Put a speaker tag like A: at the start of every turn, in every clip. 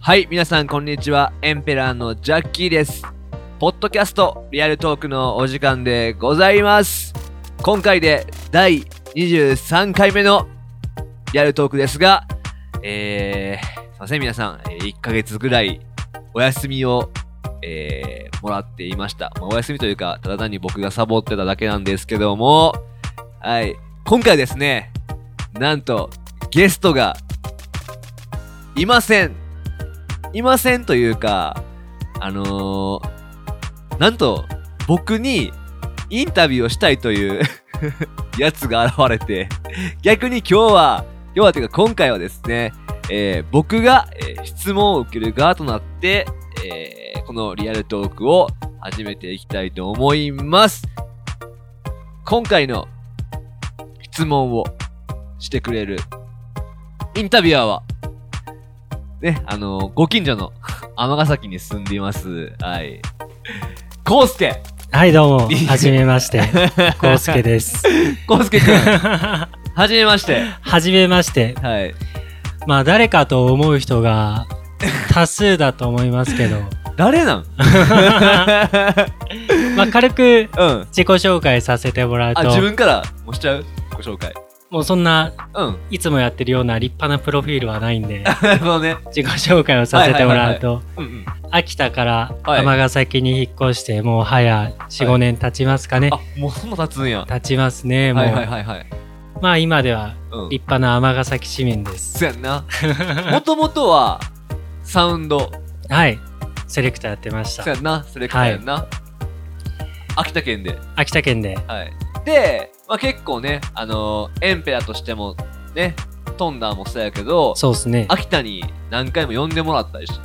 A: はい、皆さんこんにちは。エンペラーのジャッキーです。ポッドキャストリアルトークのお時間でございます。今回で第23回目のリアルトークですが、えー、すいません皆さん、えー1ヶ月ぐらいお休みを、えーもらっていました。まあお休みというか、ただ単に僕がサボってただけなんですけども、はい、今回ですね、なんとゲストがいません。いませんというか、あのーなんと僕にインタビューをしたいという やつが現れて、逆に今日は、今日はというか今回はですね、えー僕が、えー質問を受ける側となって、えーこのリアルトークを始めていきたいと思います。今回の質問をしてくれるインタビュアーは、ね、あのご近所の 尼崎に住んでいます。はい。コウスケ
B: はい、どうも、はじめ まして、こうすけです。
A: コウスケくん、は
B: は
A: じめまして。
B: じめまして、
A: はい。
B: まあ、誰かと思う人が多数だと思いますけど、
A: 誰 なん
B: まあ、軽く
A: うん。
B: 自己紹介させてもらう
A: あ、自
B: と、
A: 分からもしちゃうご紹介。
B: もうそんな、
A: うん。
B: いつもやってるような立派なプロフィールはないんで、
A: なるほどね。
B: 自己紹介をさせてもらうと、
A: うんうん。
B: 秋田から
A: はい
B: 尼崎に引っ越して、もう早4、5年経ちますかね。
A: あ、もうそんな経つんや。
B: 経ちますね、もう。
A: はいはいはいはい。
B: まあ、今では
A: うん。
B: 立派な尼崎市民です。
A: そうやん な。もともとは、サウンド。
B: はい、セレクターやってました
A: そう。やんな。それからやんな。秋田県で。
B: 秋田県で
A: はい。で、まあ、結構ね、あのーエンペラとしても、ね、トンダーもそうやけど、
B: そうですね
A: 秋田に何回も呼んでもらったりして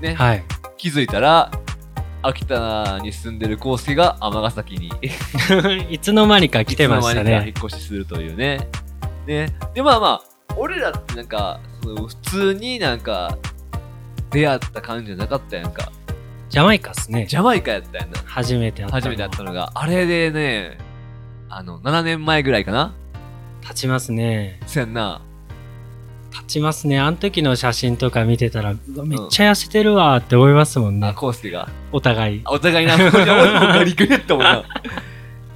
A: て、ね、
B: はい
A: 気づいたら、秋田に住んでる康介が尼崎に
B: いつの間に か来てまし
A: いつ
B: た
A: の間に
B: ね
A: か引っ越しするというね。ね。で、まあまあ、俺らってなんか、その普通になんか、出会った感じじゃなかったやんか。
B: ジャマイカっすね
A: ジャマイカやったやんな。
B: 初めて会ったの
A: 初めて会ったのが。あれでね、あの、7年前ぐらいかな。
B: 立ちますね
A: そやんな。
B: 立ちますねあの時の写真とか見てたらうわめっちゃ痩せてるわって思いますもん
A: あ、
B: ね、
A: 康介が。
B: お互い
A: あお互いな、俺もガリガリやったもん な。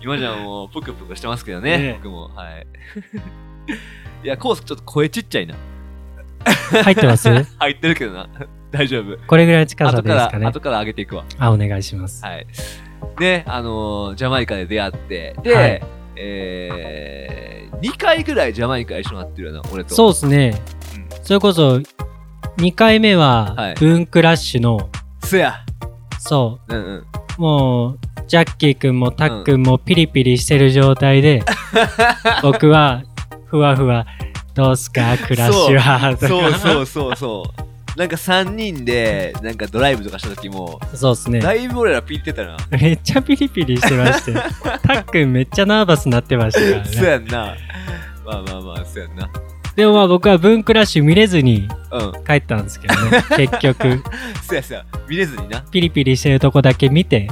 A: 今じゃもう、ぷくぷくしてますけどね、
B: ねえ
A: 僕も。はい。 いや、コースちょっと声ちっちゃいな。
B: 入ってます
A: 入ってるけどな。大丈夫。
B: これぐらいの近さ
A: 後
B: で
A: か
B: いいで
A: ら
B: すか、ね
A: 後から上げていくわ。
B: あお願いします、
A: はい。で、あのージャマイカで出会って、で、
B: はい
A: えー、2回ぐらいジャマイカ一緒になってるよな、俺と。
B: そう
A: う。
B: ですね
A: ん、
B: それこそ2回目
A: は
B: はいブンクラッシュの、
A: そや。
B: そ
A: うんうん。
B: うもうジャッキーくんもタッくんもピリピリしてる状態 で、僕はふわふわどうすかクラッシュはと
A: そう
B: か
A: そうそうそう。なんか3人で、なんかドライブとかした時も、
B: そうっすね
A: だいぶ俺らピリってたな。
B: めっちゃピリピリしてましてたっくんめっちゃナーバスになってましたか
A: そう
B: らね
A: やんな。まあまあまあ、そうやんな。
B: でもまあ僕は文クラッシュ見れずに
A: うん。
B: 帰ったんですけど ね結局
A: そうやそうや。見れずにな。
B: ピリピリしてるとこだけ見て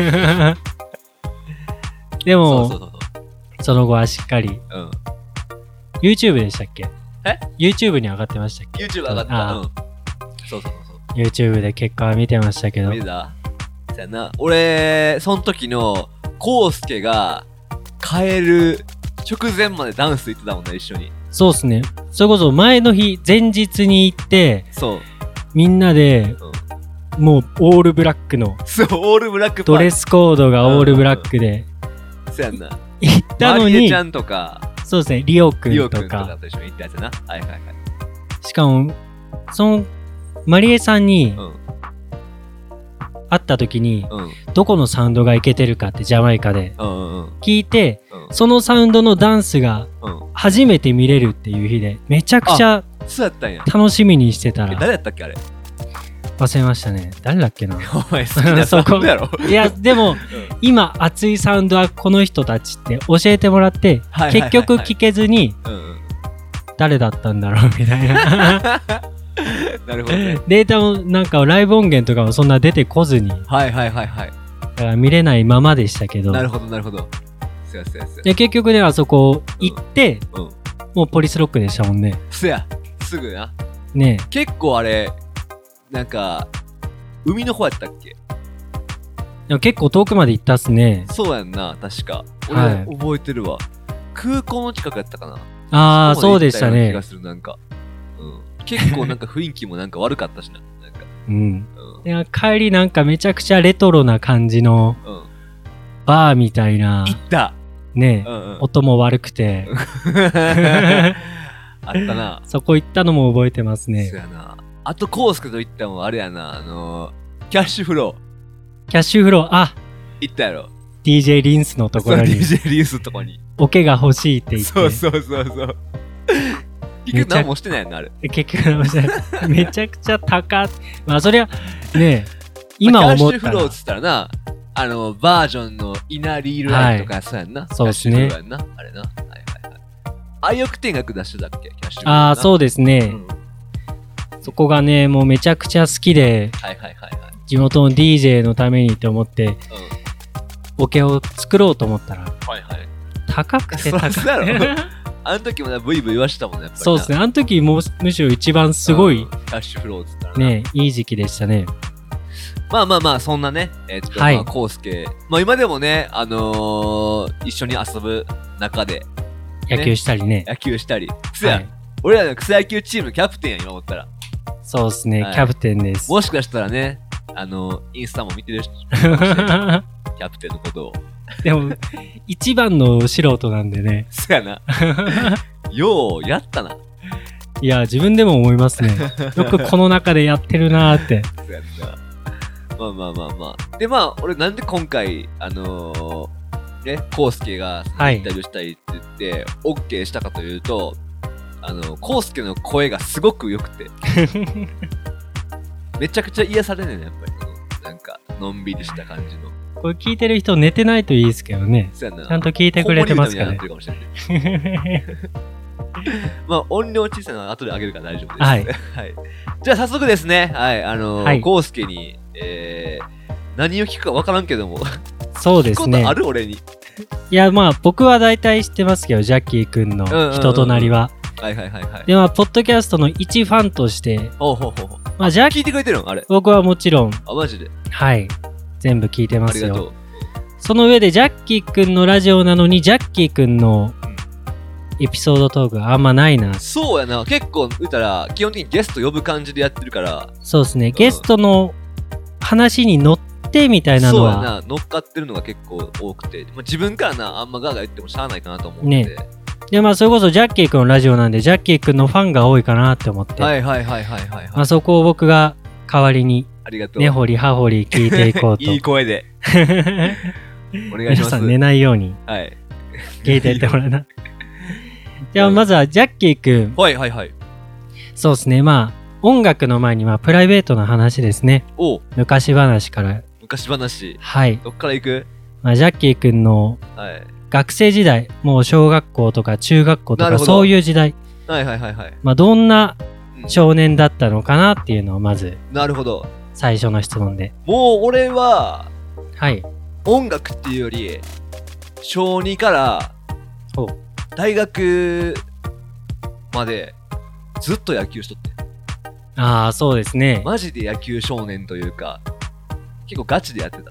A: うんうん。
B: で
A: そ
B: も
A: う
B: そ
A: そうそう
B: の後はしっかり
A: そう。うん。
B: YouTube でしたっけ
A: え
B: YouTube に上がってましたっ
A: YouTube 上がった。
B: あ
A: うん。そうそうそう
B: け YouTube で結果は見てましたけ
A: そう。
B: ど
A: 見れたそうやな。俺、その時の、コウスケが、帰る直前までダンス行ってたもんね、一緒に。
B: そうっすねそれこそ前の日前日に行って
A: そう。
B: みんなで、もうオールブラックの
A: そう、オールブラック
B: ドレ
A: ス。
B: スコードがオールブラックで
A: そうやんな。
B: 行ったの
A: マリエ
B: に
A: ちゃんとか、
B: そうですねリオく
A: リオ
B: ん
A: くん
B: と
A: とか
B: か
A: と一緒に行ったやつやな。はいはいはい。
B: しかもそのマリエさんに
A: うん
B: 会った時に
A: うん。
B: どこのサウンドがいけてるかってジャマイカで
A: うんうんうん。
B: 聞いて
A: うん
B: そのサウンドのダンスが
A: うん。
B: 初めて見れるっていう日でめちゃくちゃ
A: そうやったんや。
B: 楽しみにしてた
A: え
B: ら
A: 誰やったっけ、あれ。
B: 忘れましたね誰だっけな
A: お前好きなサ
B: そ
A: ウ
B: こ
A: ンドやろ
B: いやでも今熱いサウンドはこの人たちって教えてもらって
A: はいはいはいは
B: 結
A: い
B: 局聞けずに
A: うんうん
B: 誰だったんだろうみたいな
A: なるほどね
B: データもなんかライブ音源とかもそんな出てこずにだ
A: はいはいはいはい
B: から見れないままでしたけど
A: なるほどなるほどそやそやそや
B: で結局ねあそこ行って、
A: うん
B: もうポリスロックでしたもんね
A: そやすぐな
B: ね
A: 結構あれなんか海の方やったっけ
B: えでも結構遠くまで行ったっすね
A: そうやんな確か
B: は
A: 俺
B: い
A: 覚えてるわ、空港の近くやったかな
B: ああ
A: こ
B: そう
A: ま
B: で
A: 行っ
B: した
A: ような気
B: ね
A: がするなんか、うん、結構なんか雰囲気もなんか悪かったしななんか
B: うん
A: う
B: いや帰りなんかめちゃくちゃレトロな感じ
A: ん、
B: の
A: うん、
B: バーみたいな
A: 行った
B: ね
A: う
B: え
A: んうん
B: 音も悪くて
A: あったな
B: そこ行ったのも覚えてます ね
A: そうやなあとコウスケと行ったもんあれやなあのー、キャッシュフロー
B: キャッシュフローあ
A: 行ったやろ
B: DJ リンスのとこ
A: そ
B: ろ
A: の
B: に
A: DJ リースのとこに
B: オケが欲しいって言って
A: そうそうそうそう結局何もしてないやんなあれ
B: 結局直しためちゃくちゃ高っ まあそりゃねえ今思っ
A: キャッシュ
B: た
A: フロー
B: ら
A: っつったらなあのバージョンのイナリールラインとかそうやんな、
B: そうっすね
A: キャッシュフローやんなあれなはいはいはい愛欲天学出してたっけキャッシュフロー
B: ああ
A: う
B: そうですね、
A: ん
B: そこがねもうめちゃくちゃ好きで
A: はいはいはいはい、
B: 地元の DJ のためにと思って
A: う
B: オケを作ろうと思ったら
A: ん、はいはい
B: 高くて
A: そら
B: 高
A: そうだ
B: く
A: ろ
B: て
A: あの時もなブイブイ言わしてたもんねやっぱりな
B: そうですねあの時もむしろ一番すご
A: う
B: い
A: んキャッシュフローっつったらな
B: ねいい時期でしたね
A: まあまあまあ、そんなね、えっ、と、
B: はい
A: まあ、コウスケ。まあ今でもね、あのー、一緒に遊ぶ中で
B: 野球したりね
A: 野球したり。クや、
B: はい
A: 俺らの草野球チームのキャプテンやん、今思ったら。
B: そうですね、
A: はい
B: キャプテンです
A: もしかしたらね、あのー、インスタも見てる人かもしれないキャプテンのことを。
B: でも一番の素人なんでね
A: そや な。よう、やったな。
B: いや自分でも思 いますねよくこの中でやってるなーって
A: そやな。まあまあまあまあ。で、まあ、俺なんで今回、あのー、ね、コウスケが
B: はい
A: インタビューしたいって言って、オッ OK したかというと、あの、コウスケの声がすごく良く て、めちゃくちゃ癒されるねやっぱりこのなんかのんびりした感じの
B: これ聞いてる人寝てないといいですけどね
A: そうやな
B: ちゃんと聞いてくれてますか
A: 子
B: ね
A: 守歌みたいになってるかもしれないまあ音量小さいのは後で上げるから大丈夫です、
B: はい
A: はいじゃあ早速ですねはいあの
B: はい
A: ーゴースケに、えー何を聞くか分からんけども、
B: そうで
A: 聞く
B: す
A: こ
B: ね
A: とある俺に
B: いやまあ僕は大体知ってますけどジャッキーくんの人となりは、
A: はいはいはいはい
B: でまあポッドキャストの一ファンとして
A: ほうほうほうほう
B: まあジャッキ
A: 聞いてくれてるのあれ
B: 僕はもちろん
A: あマジで
B: はい全部聞いてま
A: ありが
B: すよ
A: と
B: その上でジャッキーくんのラジオなのにジャッキーくんの
A: うん
B: エピソードトークがあんまないな
A: うそうやな結構言ったら基本的にゲスト呼ぶ感じでやってるから
B: そうですねゲストの話に乗ってみたいなの
A: そうや
B: は
A: な乗っかってるのが結構多くて、まあ、自分からなあんまガーガー言ってもしゃあないかなと思うんで、
B: ねでまあそれこそジャッキーくんのラジオなんでジャッキーくんのファンが多いかなって思って、
A: はいはいはいはいはい、
B: ま
A: は
B: あ、
A: い、
B: そこを僕が代わりに
A: ありがとう、
B: 根掘り葉掘り聞いていこうと
A: いい声でお願いし
B: 皆
A: ます
B: さん寝ないように
A: はい、
B: 聞いていってもらえ なじゃあまずはジャッキーくん
A: はいはいはい
B: そうですねまあ音楽の前にまあプライベートな話ですね
A: おう
B: 昔話から
A: 昔話
B: はい、
A: どっから行く
B: まあ、ジャッキーくんの
A: はい
B: 学生時代もう小学校とか中学校と
A: なる
B: か
A: ほど
B: そういう時代
A: はいはいはいはい、
B: まあどんな
A: うん
B: 少年だったのかなっていうのをまず
A: なるほど
B: 最初の質問で
A: もう俺は
B: はい
A: 音楽っていうより小2から
B: お
A: 大学までずっと野球しとって
B: ああそうですね
A: マジで野球少年というか結構ガチでやってた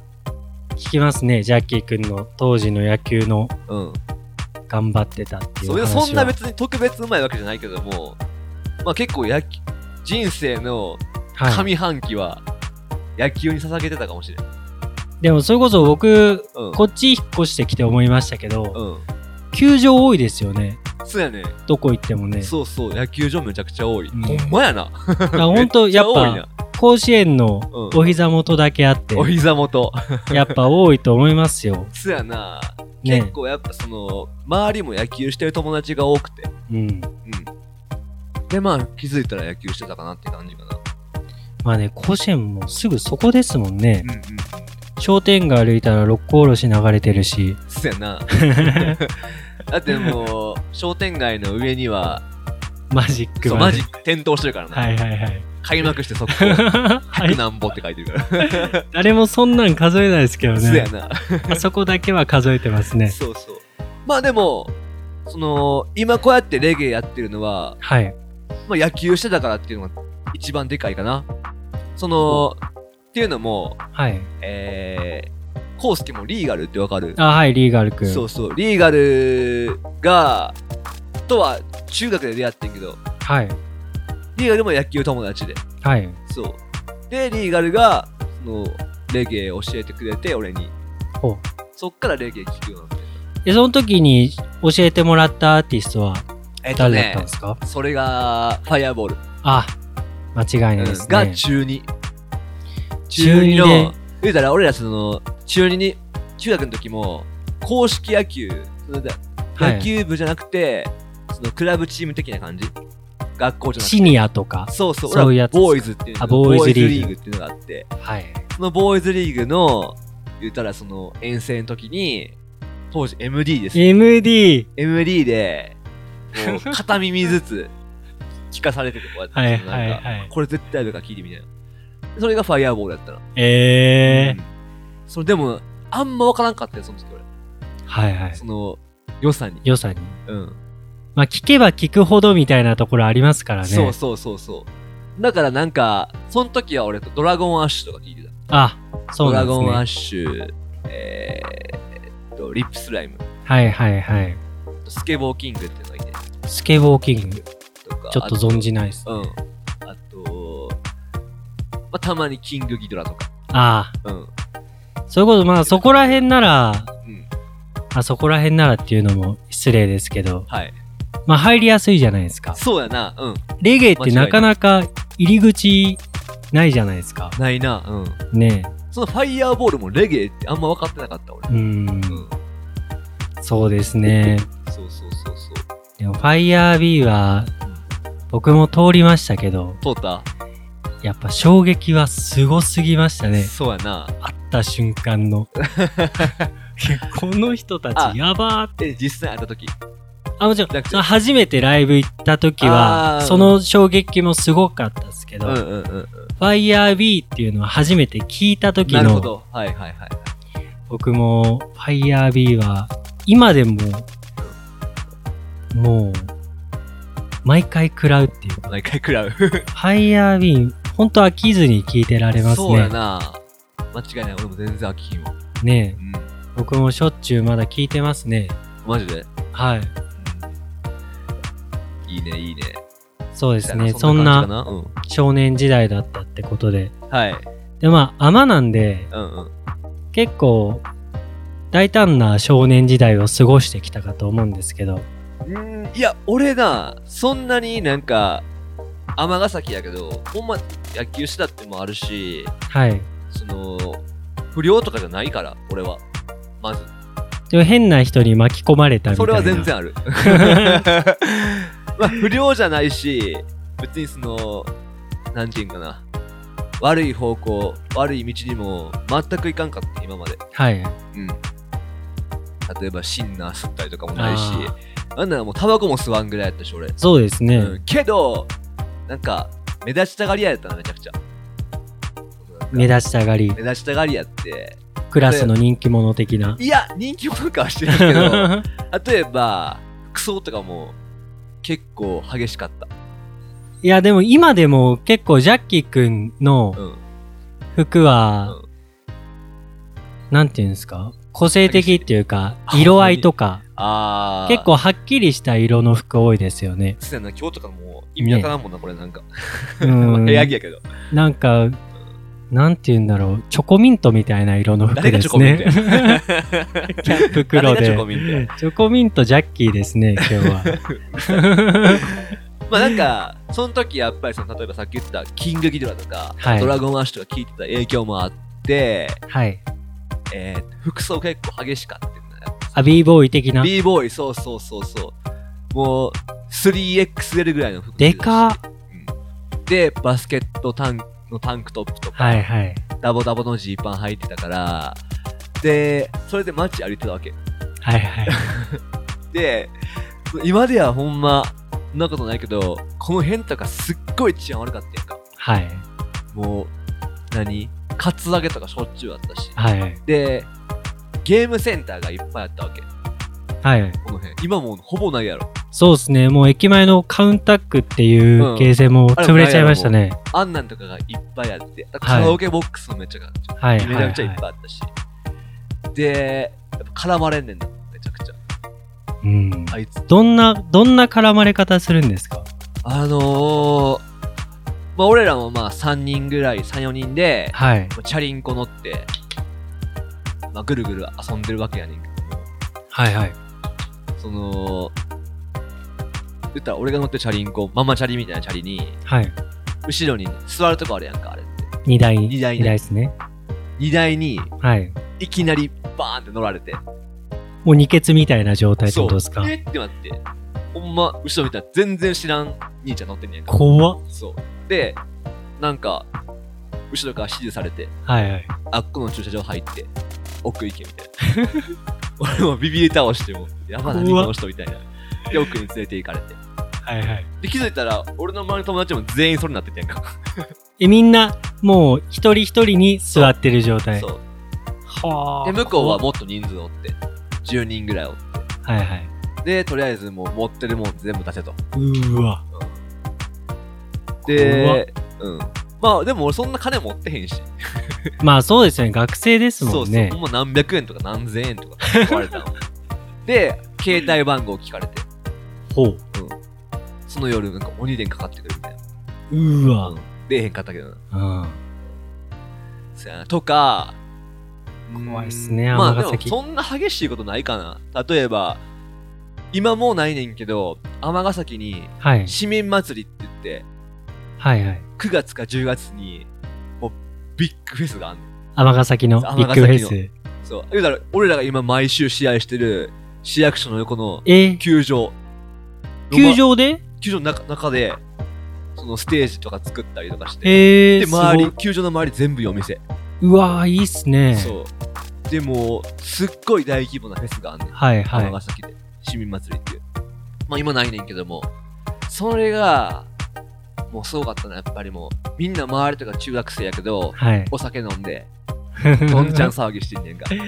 B: 聞きますねジャッキーくんの当時の野球の
A: うん
B: 頑張ってたっていう
A: それ
B: 話
A: そんな
B: は
A: 別に特別うまいわけじゃないけどもまあ結構野球人生の
B: はい、
A: 上半期は野球に捧げてたかもしれん、
B: でもそれこそ僕
A: うん
B: こっち引っ越してきて思いましたけど、
A: うん
B: 球場多いですよね
A: そうやね
B: どこ行ってもね
A: そうそう野球場めちゃくちゃ多い、
B: うん
A: ほんまやな
B: だから本当
A: めちゃ
B: やっ
A: 多い
B: ぱ
A: な
B: 甲子園の
A: うん
B: お膝元だけあって、
A: お膝元
B: やっぱ多いと思いますよ、
A: そうやな、
B: ね
A: 結構やっぱその周りも野球してる友達が多くて
B: うん、
A: うんでまあ気づいたら野球してたかなって感じかな
B: まあね甲子園もすぐそこですもんね
A: うんうん
B: 商店街歩いたら六甲おろし流れてるし
A: そうやな だってもう商店街の上には
B: マジック
A: そう
B: ま
A: マ
B: で
A: ジ点灯してるからな、
B: はいはいはい
A: 開幕して速攻
B: はい
A: 何ぼって書いてるから、
B: 誰もそんなん数えないですけど
A: そうや
B: ね
A: な、
B: あそこだけは数えてますね
A: そうそうまあでもその今こうやってレゲエやってるのは
B: はい
A: まあ、野球してたからっていうのが一番でかいかな。その、っていうのも、
B: はい。
A: えー、コウスケもリーガルってわかる
B: あ、はい、リーガル君。
A: そうそう、リーガルが、とは中学で出会ってんけど、
B: はい。
A: リーガルも野球友達で。
B: はい。
A: そう。で、リーガルが、その、レゲエ教えてくれて、俺に。
B: ほう
A: そっからレゲエ聴くようになって。
B: で、その時に教えてもらったアーティストは
A: えっと
B: 誰だったん
A: ね
B: で、すか、
A: それが、ファイアボール、
B: あ、間違いないです
A: うんが
B: ね。
A: 中2。
B: 中二で
A: の、言うたら俺らその、中2に、中学の時も、公式野球、その
B: はい
A: 野球部じゃなくて、そのクラブチーム的な感じ学校じゃなくて。
B: シニアとか。
A: そうそう、
B: そういう
A: 俺
B: や
A: は
B: つです
A: ボー
B: か
A: イズっていうの
B: あボーイズリーグ
A: ボっていうのがあって、
B: はい。
A: そのボーイズリーグの、言ったらその遠征の時に、当時 MD です。
B: MD!
A: MD で、もう 片耳ずつ聞かされてて、こうやって。
B: はい
A: そのなんか
B: はいはい
A: これ絶対あるから聞いてみたいな。それがファイアボールだったの。
B: え
A: う
B: ー
A: んそれでも、あんまわからんかったよ、その時俺。
B: はいはい。
A: その、良さに。
B: 良さに。
A: うん。
B: まあ、聞けば聞くほどみたいなところありますからね。
A: そうそうそうそう。だからなんか、その時は俺とドラゴンアッシュとか聞いてた。
B: あ、そ
A: ド
B: うな
A: ラ
B: んです
A: ゴンアッ
B: ね。
A: シュ、えーっと、リップスライム、
B: はいはいはい。
A: スケボーキングっていうのがいて、
B: スケボーキング。
A: とか、
B: ちょっと存じないです。
A: あとうん。あと、まあ、たまにキングギドラとか。
B: あ
A: うん。
B: あ、そういうこと、まあそこら辺なら、
A: うん。
B: あそこら辺ならっていうのも失礼ですけど、
A: はい。
B: まあ入りやすいじゃないですか。
A: そうやな。うん。
B: レゲエってなかなか入り口ないじゃないですか。
A: ないな。うん。
B: ね
A: そのファイヤーボールもレゲエってあんま分かってなかった俺
B: え。。うーん
A: う、ん。
B: そうですね。
A: そうそうそうそう。
B: でも、ファイヤービーは、僕も通りましたけど、
A: 通った、
B: やっぱ衝撃はすごすぎましたね。
A: そうやな。
B: 会った瞬 間の。 いやこの人た
A: あ
B: ちやばーって。
A: え、実際会った時。
B: あ、もちろ
A: だっ
B: ん、
A: て
B: その初めてライブ行った時
A: あ
B: は、
A: ー
B: その衝撃もすごかったですけ
A: う
B: ど、
A: んう
B: フ
A: んうん
B: ァイヤービーっていうのは初めて聞いた
A: うん。
B: 時
A: なるほ
B: の
A: ど。はいはいはい。
B: 僕もファイヤービーは今でももう毎回食らうっていうか
A: 毎回食らう。
B: ファイヤービーほんと飽きずに聞いてられます
A: そうや
B: ね
A: な。間違いない。俺も全然飽きひんわ。
B: ね
A: う
B: え
A: ん。
B: 僕もしょっちゅうまだ聞いてますね
A: マジで。
B: はい
A: うんいいね、いいね。
B: そうですねそ
A: そ
B: ん
A: んな感じ
B: な
A: かな。うん
B: 少年時代だったってことで
A: はい。
B: でまあアなんで
A: うんうん。
B: 結構大胆な少年時代を過ごしてきたかと思うんですけど
A: うーんいや、俺な、そんなになんか、尼崎やけど、ほんま野球したってもあるし、
B: はい
A: その、不良とかじゃないから、俺は。まず。
B: でも変な人に巻き込まれたみ
A: そ
B: たい
A: れ
B: な
A: は全然あ る。まあ、不良じゃないし、別にその、なんていうんかな。悪い方向、悪い道にも全くいかんかった、今まで。
B: はい
A: うん。例えば、シンナー吸ったりとかもないし
B: あ、
A: なんならもうタバコも吸わんぐらいやったし、俺。
B: そうですね、
A: うん。けど、なんか、目立ちたがり屋やったな、めちゃくちゃ。
B: 目立ちたがり
A: 目立ちたがり屋って、
B: クラスの人気者的ない
A: や、人気者かはしてるけ ど、例えば、服装とかも結構激しかった。
B: いやでも今でも結構ジャッキーくんの
A: うん。
B: 服は、なんていうんですか個性的っていうか
A: 激しい
B: 色合いとか
A: あー。
B: 結構はっきりした色の服多いです よね
A: そうやな、今日とかもう意味わからんもんな、これなんか。
B: うん
A: 部屋着やけど。
B: なんかなんていうんだろうチョコミントみたいな色の服
A: 誰が
B: で
A: チョ
B: す
A: コミント
B: ね
A: や
B: キャンプ黒
A: 誰が
B: で
A: チョコミントや
B: チョコミントジャッキーですね今日 は
A: まあなんか、その時やっぱりその、例えばさっき言ったキングギドラとか、
B: はい
A: ドラゴンアッシュとか聞いてた影響もあって、
B: はい
A: えー服装結構激しかったんだよ。
B: アビーボーイ的な
A: b ボーイ、そうそうそうそう。もう、3XL ぐらいの服着てたし
B: でか
A: うんで、バスケットタンクのタンクトップとか、
B: はいはい
A: ダボダボのジーパン履いてたから、で、それで街歩いてたわけ。
B: はいはい
A: で、今ではほんま、そんなことないけど、この辺とかすっごい治安悪かったやんか。
B: はい
A: もう、何カツアゲとかしょっちゅうあったし。
B: はい
A: で、ゲームセンターがいっぱいあったわけ。
B: はい
A: この辺。今もうほぼないやろ。
B: そうですね。もう駅前のカウンタックっていうゲーセンも潰れちゃいましたね。
A: あんなんとかがいっぱいあって、カラオケボックスもめっちゃかっ
B: はい
A: めち
B: はい、
A: ゃめちゃいっ
B: は
A: ぱいあったし。で、やっぱ絡まれんねんな、めちゃくちゃ。
B: い。うん。
A: あいつ。
B: どんな、どんな絡まれ方するんですか
A: あのー、まあ俺らもまあ3人ぐらい、3、4人で、
B: はい。
A: チャリンコ乗って、まあぐるぐる遊んでるわけやねんけども、
B: はいはい。
A: その、言ったら俺が乗ってるチャリンコ、ママチャリみたいなチャリに、
B: はい。
A: 後ろに座るとこあるやんか、あれって。
B: 二台。
A: 二台ね
B: 二台ですね。
A: 荷台に、
B: はい。
A: いきなりバーンって乗られて。
B: もう二欠みたいな状態って
A: そ
B: こ
A: う。
B: とですか
A: えってなって、ほんま、後ろ見たら全然知らん兄ちゃん乗ってんねやんか。
B: 怖っ。
A: そう。で、なんか、後ろから指示されて、
B: はいはい。
A: あっこの駐車場入って、奥行けみたい な。俺もビビり倒しても、やばなにこ
B: うわ
A: の人みたいな。で、奥に連れて行かれて。
B: はいはい。
A: で、気づいたら、俺の周りの友達も全員それになっててんやんか。
B: え、みんな、もう一人一人に座ってる状態。
A: そう。
B: は
A: で、向こうはもっと人数おって、10人ぐらいおって。
B: はいはい。
A: で、とりあえずもう持ってるもん全部出せと。
B: うーわ。
A: で、うん。まあ、でも俺そんな金持ってへんし。
B: まあそうですよね。学生で
A: そ
B: すも
A: うんそう
B: ね。。
A: もう何百円とか何千円とか壊れた の。で、携帯番号聞かれて、
B: ほう。
A: その夜、なんか鬼電かかってくるみたいな。
B: うーわ。
A: 出えへんかったけどな。
B: うん。
A: そやなとか、うん
B: 怖いっすね
A: まあで
B: 尼
A: も
B: 崎
A: そんな激しいことないかな。例えば、今もうないねんけど、尼崎に
B: はい。
A: 市民祭りって言って、
B: はいはい。
A: 9月か10月に、もうビッグフェスがあんねん。
B: 尼崎のビ
A: そう
B: ッグフェ
A: 尼
B: ス
A: 崎。そう。言うたら、俺らが今毎週試合してる市役所の横の
B: え、
A: 球場。
B: 球場で
A: 球場の中中でそのステージとか作ったりとかして、
B: え
A: で
B: ー、すご
A: 周り
B: い。
A: 球場の周り全部いいお店、
B: うわー、いいっすね。
A: そうでもうすっごい大規模なフェスがあんねん
B: はいはい。
A: 尼崎で市民祭りっていうまあ今ないねんけどもそれがもうすごかったなやっぱりもうみんな周りとか中学生やけど
B: はい。
A: お酒飲んでどんちゃん騒ぎしてんねん かしか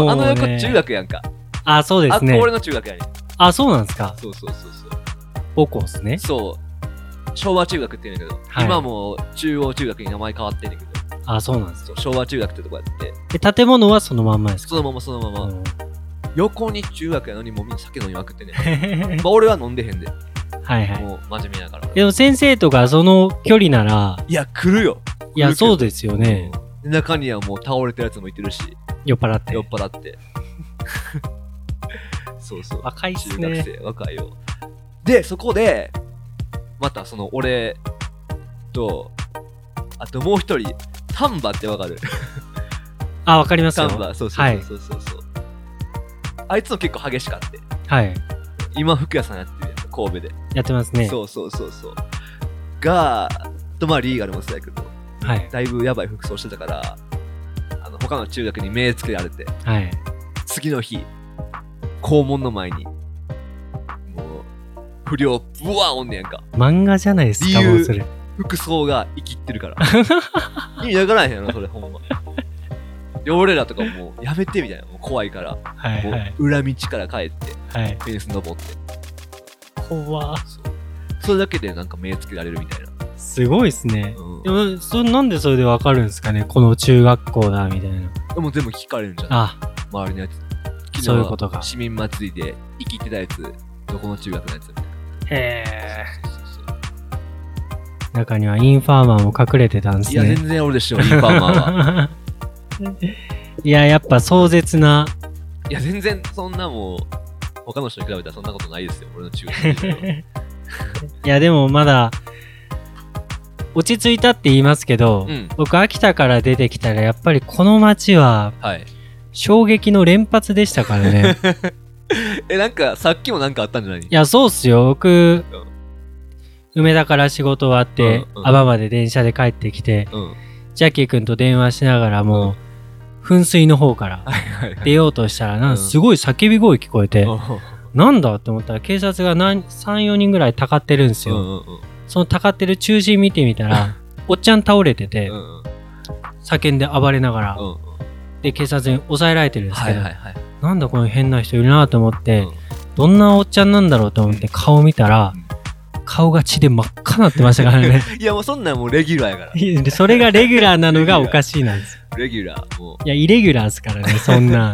A: もあの横中学やんか、
B: あ、そうで
A: あっ
B: す
A: こ
B: ね。
A: 俺の中学やねん
B: あ、そうなんですか。
A: そうそうそうそう
B: 母校ですね。
A: そう昭和中学って言うんだけど、
B: はい
A: 今も中央中学に名前変わってんだけど
B: あ、そうなんです
A: そう昭和中学ってとこやって
B: え建物はそのまんまです
A: そ
B: か
A: のままそのまま、
B: うん
A: 横に中学やのにもうみんな酒飲みまくってね
B: はい
A: まあ俺は飲んでへんで、
B: はい。
A: もう真面目やから俺
B: でも先生とかその距離なら、
A: いや来るよ
B: いや、そう
A: で
B: ですよね。
A: 中にはもう倒れてるやつもいてるし
B: 酔っ払って
A: 酔っ。払って そうそう
B: 若いっす
A: 中学
B: ね。
A: 生若いよでそこでまたその俺とあともう一人丹波ってわかる
B: あ、わかります
A: カ
B: よ。
A: ンバそうそうそうそうそう、あいつも結構激しかって
B: はい。
A: 今服屋さんやってるやん神戸で、
B: やってますね。
A: そうそうそうそうがとまあリーガルもそうやけど
B: はい。
A: だいぶやばい服装してたからあの他の中学に目つけられて
B: はい。
A: 次の日校門の前にもう不良ブワーおんねやんか
B: 漫画じゃないですか、
A: 理由
B: もうそれ。
A: 服装が生きってるから 意味わからへんやろそれほんまで俺らとかもうやめてみたいなもう怖いから
B: はい
A: も
B: はい。
A: う裏道から帰って
B: はい。
A: フェンス登って
B: 怖っ
A: そうそれだけでなんか目つけられるみたいな、
B: すごいですね。
A: うん
B: でも、そなんでそれでわかるんですかねこの中学校だ、みたいな。
A: でも全部聞かれるんじゃない
B: あ、
A: 周りのやつ昨日
B: そういうことか
A: 市民祭りで生きてたやつどこの中学のやつみたいな
B: へ
A: そうそうそう
B: ー。中にはインファーマーも隠れてたんです
A: い
B: ね。
A: や全然俺でしょインファーマー は
B: いや、やっぱ壮絶な。
A: いや全然そんなもう他の人に比べたらそんなことないですよ俺の中学の時代は
B: いや、でもまだ、落ち着いたって言いますけど、
A: うん
B: 僕、秋田から出てきたら、やっぱりこの街は
A: はい
B: 衝撃の連発でしたから ね。
A: えなんかさっきもなんかあったんじゃない
B: いや、そうっすよ。僕、梅田から仕事終わって、
A: うんうん
B: 阿波まで電車で帰ってきて、
A: うんは
B: ジャッキー君と電話しながらもう、噴水の方から
A: いはいはい
B: 出ようとしたら、な
A: うんん
B: かすごい叫び声聞こえて、
A: うん
B: なんだって思ったら、警察が何3、4人ぐらいたかってるんです
A: う
B: よ。
A: んうんうん
B: そのたかってる中心見てみたら、おっちゃん倒れてて、
A: うんうん
B: 叫んで暴れながら、
A: うんうん
B: で、警察に抑えられてるんです
A: は
B: け
A: い
B: ど、
A: はいはい
B: なんだこの変な人いるなと思って、
A: うん
B: どんなおっちゃんなんだろうと思って顔見たら、顔が血で真っ赤になってましたから ね。
A: いやもうそんなんもうレギュラーやから
B: いやでそれがレギュラーなのがおかしいなんですよ。
A: レギュラーもう
B: いや、イレギュラーで すからね、そんな。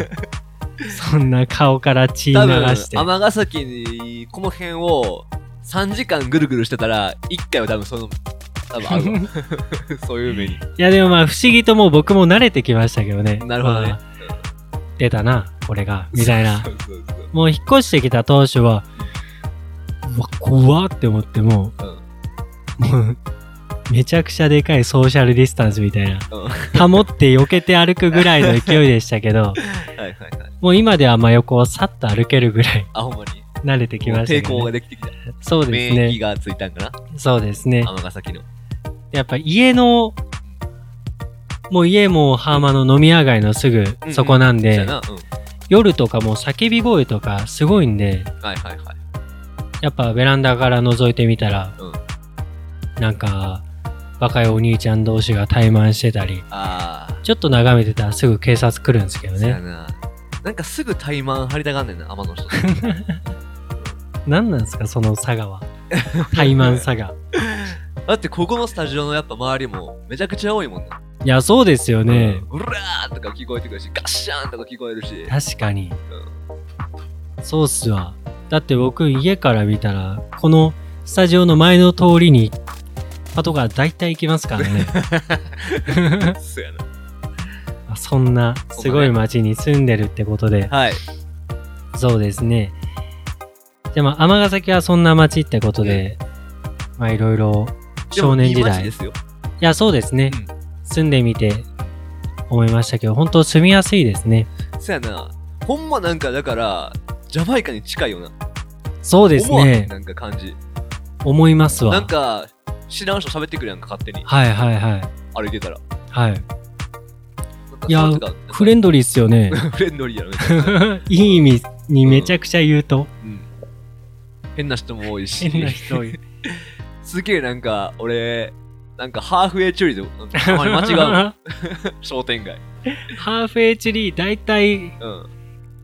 B: そんな顔から血流
A: 多分
B: して。
A: 尼崎にこの辺を3時間ぐるぐるしてたら1回は多分その多分あ るわそういう目に
B: いやでもまあ不思議ともう僕も慣れてきましたけどね。
A: なるほどね
B: まあ出たな、これが、みたいな
A: そ。うそうそう
B: もう引っ越してきた当初は、うわ、怖って思っても
A: うん
B: う、もう、 めちゃくちゃでかいソーシャルディスタンスみたいな。
A: うんはい
B: 保って避けて歩くぐらいの勢いでした けど、
A: はいはい
B: もう今では真横をさっと歩けるぐらい
A: あほんまに
B: 慣れてきました
A: 抵
B: け
A: 抗
B: ど
A: が
B: ね。
A: できてきた、
B: そうです
A: 免疫
B: ね。
A: がついたんかな
B: そうですね。
A: 尼崎の
B: やっぱ家の、もう家も浜の飲み屋街のすぐそこなん
A: そう
B: で、
A: やなうん
B: 夜とかもう叫び声とかすごいんで、
A: はいはいはい
B: やっぱベランダから覗いてみたら、
A: うん
B: なんか若いお兄ちゃん同士が怠慢してたり
A: ああ
B: ちょっと眺めてたらすぐ警察来るんですけど
A: そうや
B: ね
A: ななんかすぐ怠慢張りたがんねんな天の人
B: 何なんですかその佐 賀は怠慢佐賀
A: だってここのスタジオのやっぱ周りもめちゃくちゃ多いもんない
B: やそうですよね、
A: うんうらーとか聞こえてくるしガッシャーンとか聞こえる し
B: 確かに、そうっすわだって僕家から見たらこのスタジオの前の通りにパトカー大体行きますか らね
A: そうやな
B: あそんなすごい街に住んでるってことで
A: はい
B: そうですね。じゃあまあ、尼崎はそんな町ってことで、まあいろいろ少年時
A: でもいい街
B: 代。
A: で
B: い
A: すよ
B: や、そうですね。
A: うん
B: 住んでみて思いましたけど、本当住みやすいですね。
A: そうやなほんまなんかだからジャマイカに近いよな
B: そうです
A: 思わへん
B: ね。
A: なんか感じ
B: 思いますわ。
A: なんか知らん人喋ってくるやんか勝手に
B: はいはいはい。
A: 歩いてたら
B: は
A: な
B: い。
A: んか
B: いや
A: そううとか
B: フレンドリーっすよね。
A: フレンドリーやろね、
B: いい意味にめちゃくちゃ言うと、
A: うん、変な人も多いし
B: 変な人多い
A: すげえなんか俺なんかハーフウェイチュリーでなんかたまに間違う の商店街
B: ハーフウェイチリー、大体
A: うん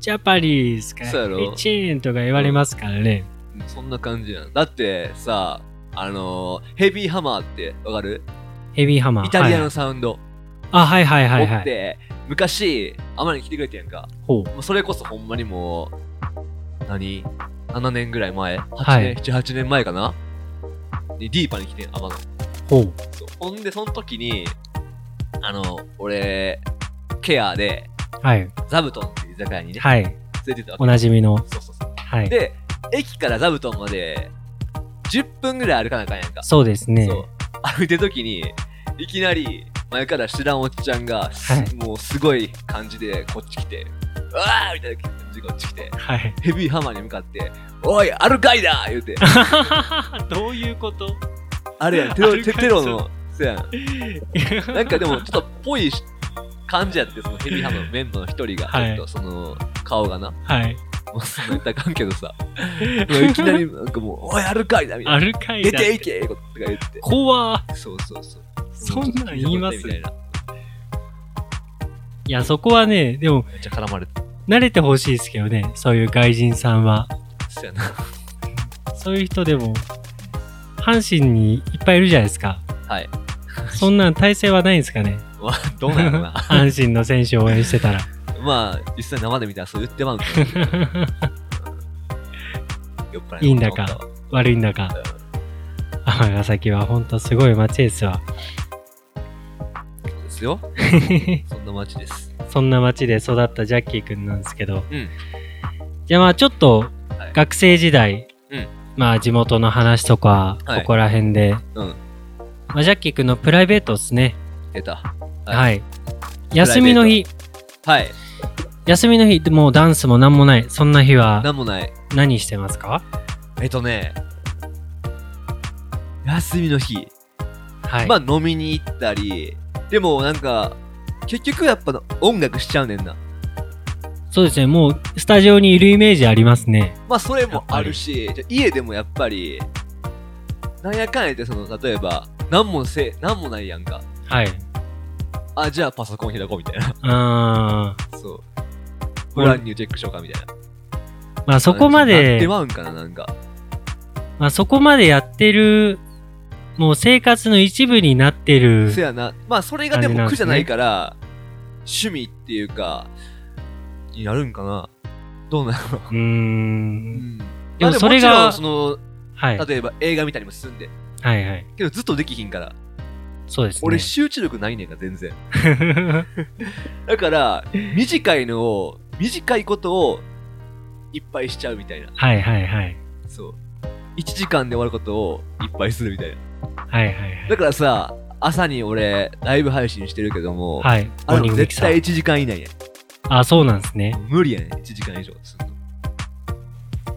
B: ジャパニーズか
A: そうやろ
B: ら、チーンとか言われますからね。
A: うんそんな感じやんだってさあのー、ヘビーハマーってわかる
B: ヘビーハマー。
A: イタリア
B: はい
A: のサウンド
B: あ、はいはいは
A: 持
B: い
A: っ
B: はい。
A: て昔あまりに来てくれてやんか
B: ほう。
A: もうそれこそほんまにもう何7年ぐらい前8年、
B: はい
A: 78年前かなにディーパに来てん天野
B: ほう。
A: そうほんでその時にあの俺ケアで
B: はい。
A: ザブトンっていう居酒屋にね、
B: はい。
A: 連れてったわ
B: おなじみの。
A: けそうそうそう
B: はい。
A: で駅からザブトンまで10分ぐらい歩かなあかんやんか
B: そうですね。
A: そう歩いてる時にいきなり前から知らんおっちゃんが、す
B: はい
A: もうすごい感じでこっち来て「うわー!」みたいな感じでこっち来て
B: はい。
A: ヘビーハマーに向かって「おいあるかいだ!」言うて
B: どういうこと
A: あれやんテロ
B: 歩かい
A: テテロのそやん なんかでもちょっとぽいし感じやってそのヘビーハマーのメンバーの一人が
B: はい
A: ちょっとその顔がな
B: はい。
A: もうそんなん言ったらあかんけど さいきなりなんかもう「 おいあるかいだ!」みた
B: あ
A: いな
B: る
A: 「
B: かい
A: 出
B: だ。
A: ていけ!」とか言って
B: 怖っ
A: そうそうそう
B: そんなん言います
A: みたいない
B: や、そこはね、でも、
A: めっちゃ絡まれて
B: 慣れてほしいですけどね。そういう外人さんは。
A: そうやな。
B: そういう人でも、阪神にいっぱいいるじゃないですか。
A: はい。
B: そんなん体制はないんですかね。
A: まあ、どうなの な。
B: 阪神の選手を応援してたら。
A: まあ、実際生で見たらそう言ってまうんだよ 酔っ払
B: いいんだか悪いんだか。尼崎はほんとすごい街ですわ。
A: そうです よ。そんな街です。
B: そんな町で育ったジャッキーくんなんですけど、
A: うん
B: じゃあまあちょっと
A: はい
B: 学生時代、
A: うん
B: まあ地元の話とか
A: はい
B: ここら辺で、
A: うん
B: まあ、ジャッキーくんのプライベートですね
A: 出た。
B: はい、
A: はい。
B: 休みの日
A: はい。
B: 休みの日でもうダンスも何もないそんな日は
A: なんもない。
B: 何してますか
A: えっとね、休みの日。
B: はい、
A: まあ、飲みに行ったり、でもなんか、結局やっぱ音楽しちゃうねんな。
B: そうですねもうスタジオにいるイメージありますね
A: まあそれもあるし、じゃあ家でもやっぱり、なんやかんやってその、例えば、なんもせ、なんもないやんか。
B: はい
A: あ、じゃあパソコン開こうみたいな。
B: あー
A: そう。
B: うん
A: ブランニューチェックしようかみたいな。
B: まあそこま
A: なって
B: で、
A: まうんかな、なんか。
B: まあそこまでやってる、もう生活の一部になってる
A: そ。やな。まあ、それがで
B: 感じな
A: も
B: ん
A: 苦
B: すね
A: じゃないから、趣味っていうか、になるんかな。どうなの
B: うーん。
A: で
B: で
A: も
B: も
A: そ
B: そ
A: れ
B: れ
A: が、
B: が
A: もちろんそ
B: はい。
A: の、
B: はい
A: 例えば映画見たりもするんで。
B: はい。
A: けどずっとできひんから。
B: そうですね。
A: 俺、 集中力ないねんか、全然。だから、短いのを、短いことを、いっぱいしちゃうみたいな。
B: はいはいはい。
A: そう。1時間で終わることをいっぱいするみたいな。
B: はいはいはい。
A: だからさ、朝に俺、ライブ配信してるけども、
B: はい。
A: あれ
B: モーニングミキ
A: 絶
B: サー
A: 対1時間以内や
B: あ、そうなんですね。
A: ん。無理やねん、1時間以上すんの。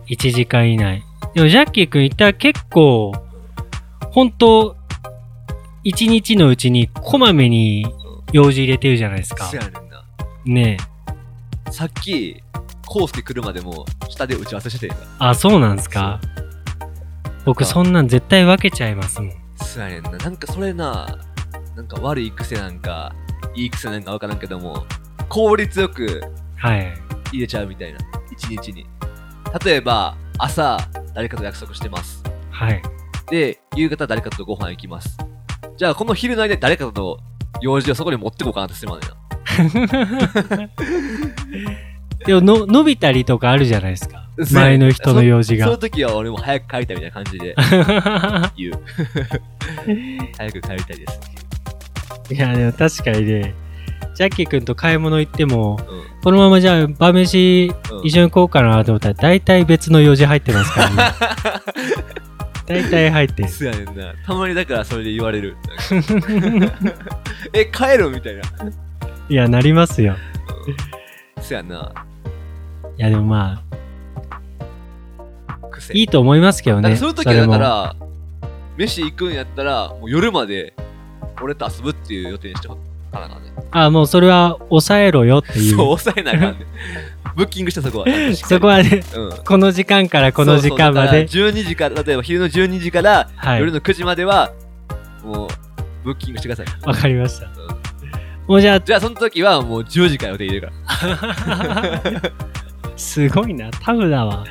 B: 1時間以内。でも、ジャッキー君言ったら結構、本当一日のうちにこまめに用事入れてるじゃないですか
A: そ。やねんな。
B: ねえ。
A: さっき、コウスケ来るまでも、下で打ち合わせしてたやんか
B: あ、そうなんですか。僕、
A: そ
B: そんなん絶対分けちゃいますもん。
A: そうやねんな。なんかそれな、なんか悪い癖なんか、いい癖なんかわからんけども、効率よく
B: はい。
A: 入れちゃうみたいな。一日に。例えば、朝、誰かと約束してます。
B: はい。
A: で、夕方誰かとご飯行きます。じゃあ、この昼の間に誰かと用事をそこに持ってこうかなってするまでな。
B: でもの、伸びたりとかあるじゃないですか。前の人の用事
A: その
B: が。
A: 時は俺も早く帰りたいみたいな感じで言 う。早く帰りたいですってい
B: いや、でも確かにね、ジャッキー君と買い物行っても、
A: う。うん
B: このままじゃあ、晩飯
A: うん
B: 一緒に行こうかなと思ったら、大体別の用事入ってますか らね。大体入ってる。
A: そうやねんな。たまにだからそれで言われる。なん かえ、帰ろみたいな。
B: いや、なりますよ。
A: そうやな。
B: いや、でもまあ、
A: 癖。
B: いいと思いますけど
A: だから
B: ね。
A: その時はだか
B: れも
A: ら、飯行くんやったら、もう夜まで俺と遊ぶっていう予定にしてほったらなね。
B: あ、もうそれは抑えろよってい
A: そう、
B: う。
A: 抑えないからね。ブッキングしたそこは。
B: そこはね、
A: うん、
B: この時間からこの時間まで。
A: そうそうだから12時から、例えば昼の12時から
B: はい
A: 夜。の9時までは、もう、ブッキングしてください。
B: わかりました
A: う。
B: もうじゃ
A: じゃあ、その時はもう10時から予定入れるから。
B: あ、 すごいな。タブだわ。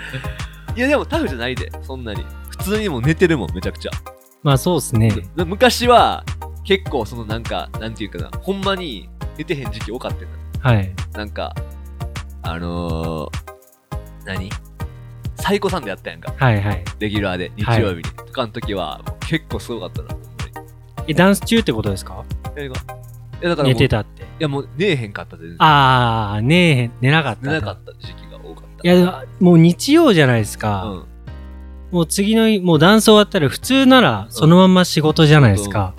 A: いや、でもタフじゃないで、そんなに。普通にもう寝てるもん、めちゃくちゃ。
B: まあそうですね。
A: で昔は、結構そのなんか、なんていうかな、ほんまに寝てへん時期多かったよな。
B: はい。
A: なんか、あのー、何サイコさんでやったやんか、
B: はいはい。
A: レギュラーで、日
B: はい
A: 曜日に。とかの時は、もう結構すごかったな、ほんま
B: え、ダンス中ってことですか
A: に。いやだからもう
B: 寝てたって。
A: いやもう寝えへんかった全然。
B: あー、ねえへん、寝なかった。
A: 寝なかった時期が多かった。
B: いや、でももう日曜じゃないです
A: う
B: か。
A: ん。
B: もう次の日、もうダンス終わったら普通ならそのまんま仕事じゃないですか。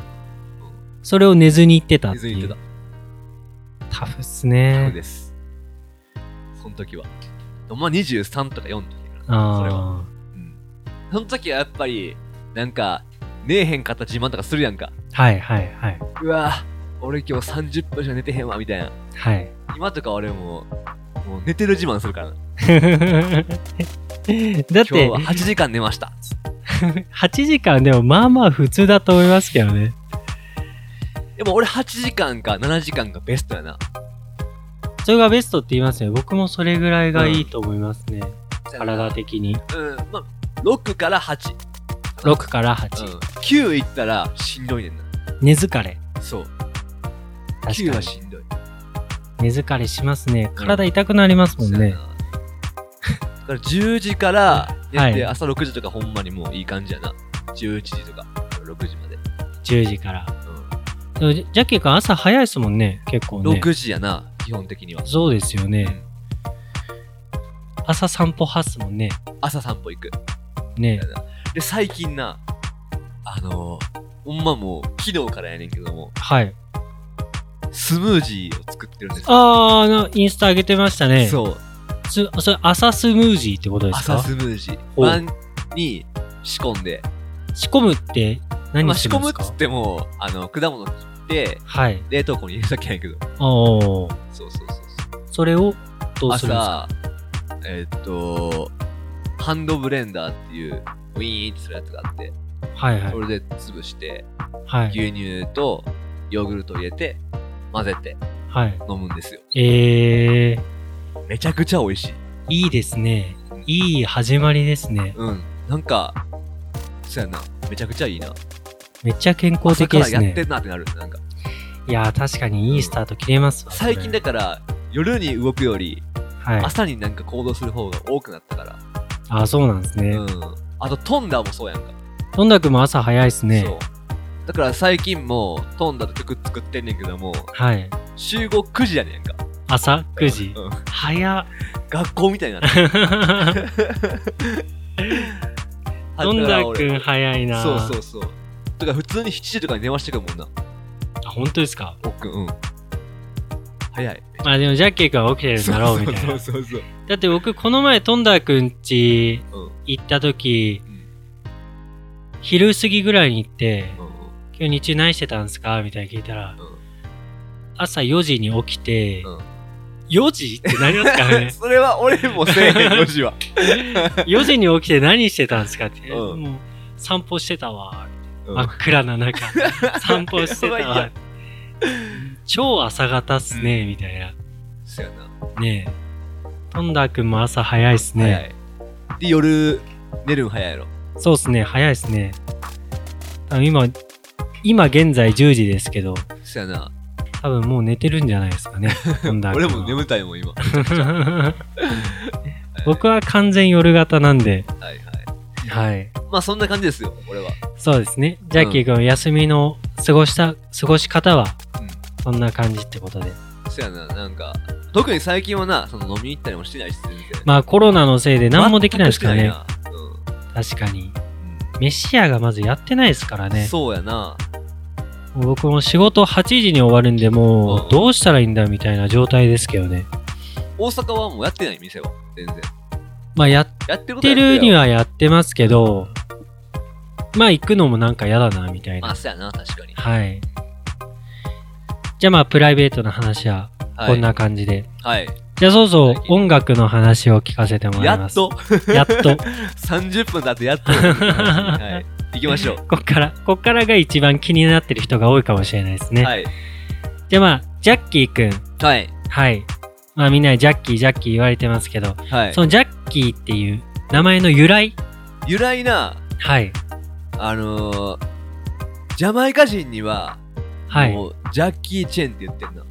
B: それを寝ずに行ってたっ
A: 寝
B: て
A: ず
B: いう。
A: に寝てた。
B: タフっす
A: タフ
B: ね。
A: です。その時は。まあ23とか4の時かな。それは。
B: あ
A: うん。その時はやっぱり、なんか、寝えへんかった自慢とかするやんか。
B: ー。はいはいはい。
A: うわ俺今日30分しか寝てへんわ、みたいな。
B: はい。
A: 今とか俺もう、もう寝てる自慢するからな。
B: だっ
A: 今日
B: て、
A: は8時間寝ました。
B: 8時間でもまあまあ普通だと思いますけどね。
A: でも俺8時間か7時間がベストやな。
B: それがベストって言いますね。僕もそれぐらいがいいと思いますね。体的に。
A: うん、まあ、6から8。
B: 6から8。
A: うん、9いったらしんどいねんな。
B: 寝疲れ。
A: そう。
B: 確
A: 9
B: か
A: は
B: に。
A: しんどい。
B: 寝疲れしますね。体痛くなりますもん
A: そうや
B: ね。
A: なだから10時から寝て、
B: はい
A: 朝6時とかほんまにもういい感じやな。11時とか6時まで。
B: 10時から。でもジャッキー君朝早いですもんね。結構ね。
A: 6時やな、基本的には。
B: そうですよね。朝散歩はっすもんね。
A: 朝散歩行く。
B: ね。
A: で、最近な、あのー、ほんまもう昨日からやねんけども、
B: はい。
A: スムージーを作ってるんですよ。
B: あーな、インスタ上げてましたね。
A: そう、
B: すそれ朝スムージーってことです
A: 朝
B: か
A: スムージー。
B: ほう
A: 晩に仕込んで、
B: 仕込むって
A: ま
B: 何
A: あ、仕
B: する
A: 込
B: んで
A: むっ
B: すか、
A: つっても、あの、果物切って、
B: はい。
A: 冷凍庫に入れるだけやねんけど。
B: おー
A: そうそうそうそう。
B: それをどうするんです
A: 朝、
B: か
A: えーっと、ハンドブレンダーっていう、ウィーンってするやつがあって、
B: はいはい
A: そ。れで潰して、
B: はい。
A: 牛乳とヨーグルトを入れて、混ぜて
B: はい。
A: 飲むんですよ。
B: えー、
A: めちゃくちゃ美味しい。
B: いいですね。
A: うん
B: いい始まりですね。
A: うん。なんか、そうやな。めちゃくちゃいいな。
B: めっちゃ健康
A: 朝
B: 的
A: か
B: で
A: ら
B: す
A: やっ
B: ね
A: て。んなってなる。なんか、
B: いやー、確かにいいスタート切れますわ。
A: 最近だ
B: で、
A: から、夜に動くより、
B: はい。
A: 朝になんか行動する方が多くなったから。
B: あ、そうなんですね
A: う。ん。あと、トンダもそうやんか。
B: とんだくんも朝早いですね。
A: そう。だから最近もう、トンダと曲作ってんねんけども、
B: はい。
A: 集合9時やねんか。
B: 朝9時。
A: うん。
B: 早 っ。
A: 学校みたいになって る。
B: とんだくん
A: 俺
B: 早いな。
A: そうそうそう。だから普通に7時とかに電話してくるもんな。
B: あ、本当ですか。
A: おっくん、うん。早い。
B: まあでも、ジャッキーくんは起きてるんだろう、みたいな。
A: そうそうそうそう。
B: だって僕、この前、とんだくんち
A: うん
B: 行った時、
A: うん
B: 昼過ぎぐらいに行って、
A: うんうん
B: 今日日中何してたんですかみたいな聞いたら、
A: うん
B: 朝4時に起きて、
A: うん
B: 4時ってなりますからね
A: それは俺もせえへん、4時は。
B: 4時に起きて何してたんですかって、
A: うん
B: もう散歩してたわ、
A: うん
B: 真っ暗な 中散歩してた
A: やばいや
B: わ
A: ん
B: 超朝方っすね、みたいな
A: そうやな。
B: ねえトンダ君も朝早いっすね、
A: 早い。で、夜、寝るん早いやろ。
B: そうっすね早いっすね多分今今現在10時ですけど
A: そうやな。
B: 多分もう寝てるんじゃないで すかねトンダ君
A: 俺
B: は
A: も眠たいもん、今。は
B: 僕は完全夜型なんで、
A: いはい。
B: はい。
A: まあ、そんな感じですよ、俺は。
B: そうですね。ジャッキー君、休みの過ごした、過ごし方は、
A: う
B: そんな感じってことで。
A: ん。そうやな、なんか、特に最近はな、その飲みに行ったりもしてないし、全然。
B: まあコロナのせいで何もできないですから
A: 全
B: ね。
A: くしてないな。
B: 確かに。
A: うん
B: 飯屋がまずやってないですから
A: うん。
B: ね。
A: そうやな。
B: もう僕も仕事8時に終わるんで、
A: うん
B: もうどうしたらいいんだみたいな状態ですけどね。
A: 大阪はもうやってない、店は。全然。
B: まあやっ
A: やってること
B: て
A: や
B: るに
A: よ。
B: はやってますけど、まあ行くのもなんか嫌だな、みたい
A: まあ、
B: な。
A: そうやな、確かに。
B: はい。じゃあまあプライベートな話は
A: はい
B: こんな感じで。
A: はい。
B: じゃあそうそう
A: 最近
B: 音楽の話を聞かせてもらい
A: や
B: ま
A: っ
B: す。
A: と、
B: やっと。
A: 30分だってやっと。はい。行きましょう。
B: こっから、こっからが一番気になってる人が多いかもしれないです ね。
A: はい。
B: じゃあまあ、ジャッキーくん。
A: はい。
B: はい。まあみんなにジャッキー、ジャッキー言われてますけど、
A: はい
B: そ。のジャッキーっていう名前の由来
A: 由来な、
B: はい。
A: あのー、ジャマイカ人には、
B: はい。
A: もう、ジャッキー・チェンって言ってんな。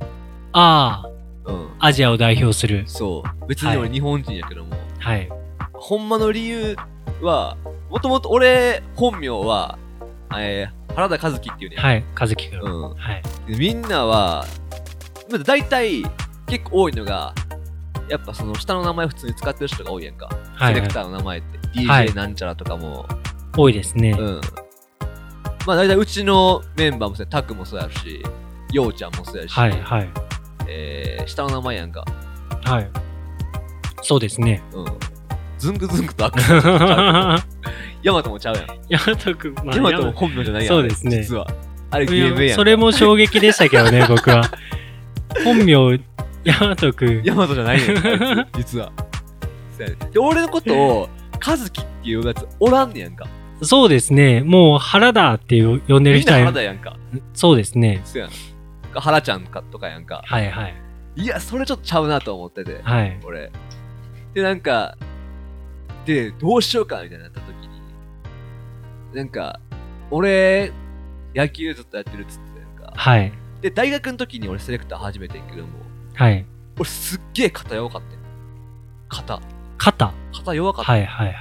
B: あ
A: うん。
B: あ、アジアを代表する。
A: そう。別に
B: は
A: 俺
B: い
A: 日本人やけども、
B: はい。
A: ほんまの理由は、もともと俺、本名は、えー、原田和樹っていうね。
B: はい。和樹くん。
A: うん。
B: はい。
A: でみんなは、まあ大体結構多いのが、やっぱその下の名前普通に使ってる人が多いやんか。
B: はい
A: セレ
B: はい
A: ク。ターの名前って、
B: はい
A: DJ なんちゃらとかも、
B: 多いですね。
A: うん。まあ大体うちのメンバーもそうや、タクもそうやるし、ようちゃんもそうやし、
B: はいはい。
A: えー、下の名前やんか。
B: はい。そうですね。
A: うん。ズンクズンクとアク
B: ヤ
A: ヤマトもちゃうやん。
B: マトくん、まあ
A: ヤマトも本名じゃないやん。
B: そうですね
A: 実は。あれ
B: いや
A: DMA やん。
B: それも衝撃でしたけ どね、僕は。本名、ヤマト君。
A: ヤマトじゃないねん、あい つ実は。そうやねで、俺のことを、カズキっていうやつおらんねやんか。
B: そうですね。もう原田って呼んでる
A: みん
B: 人
A: な原
B: は、
A: 田やんか。
B: そうですね。
A: そうやん。原ちゃんかとかやんか。
B: はいはい。
A: いや、それちょっとちゃうなと思ってて、
B: はい。
A: 俺。で、なんか、で、どうしようかみたいになった時に、なんか、俺、野球ずっとやってるっつってたやんか。
B: はい。
A: で、大学の時に俺セレクター始めてんけども、
B: はい。
A: 俺すっげえ肩弱かったよ。肩。
B: 肩。
A: 肩弱かった。
B: はいはいはい。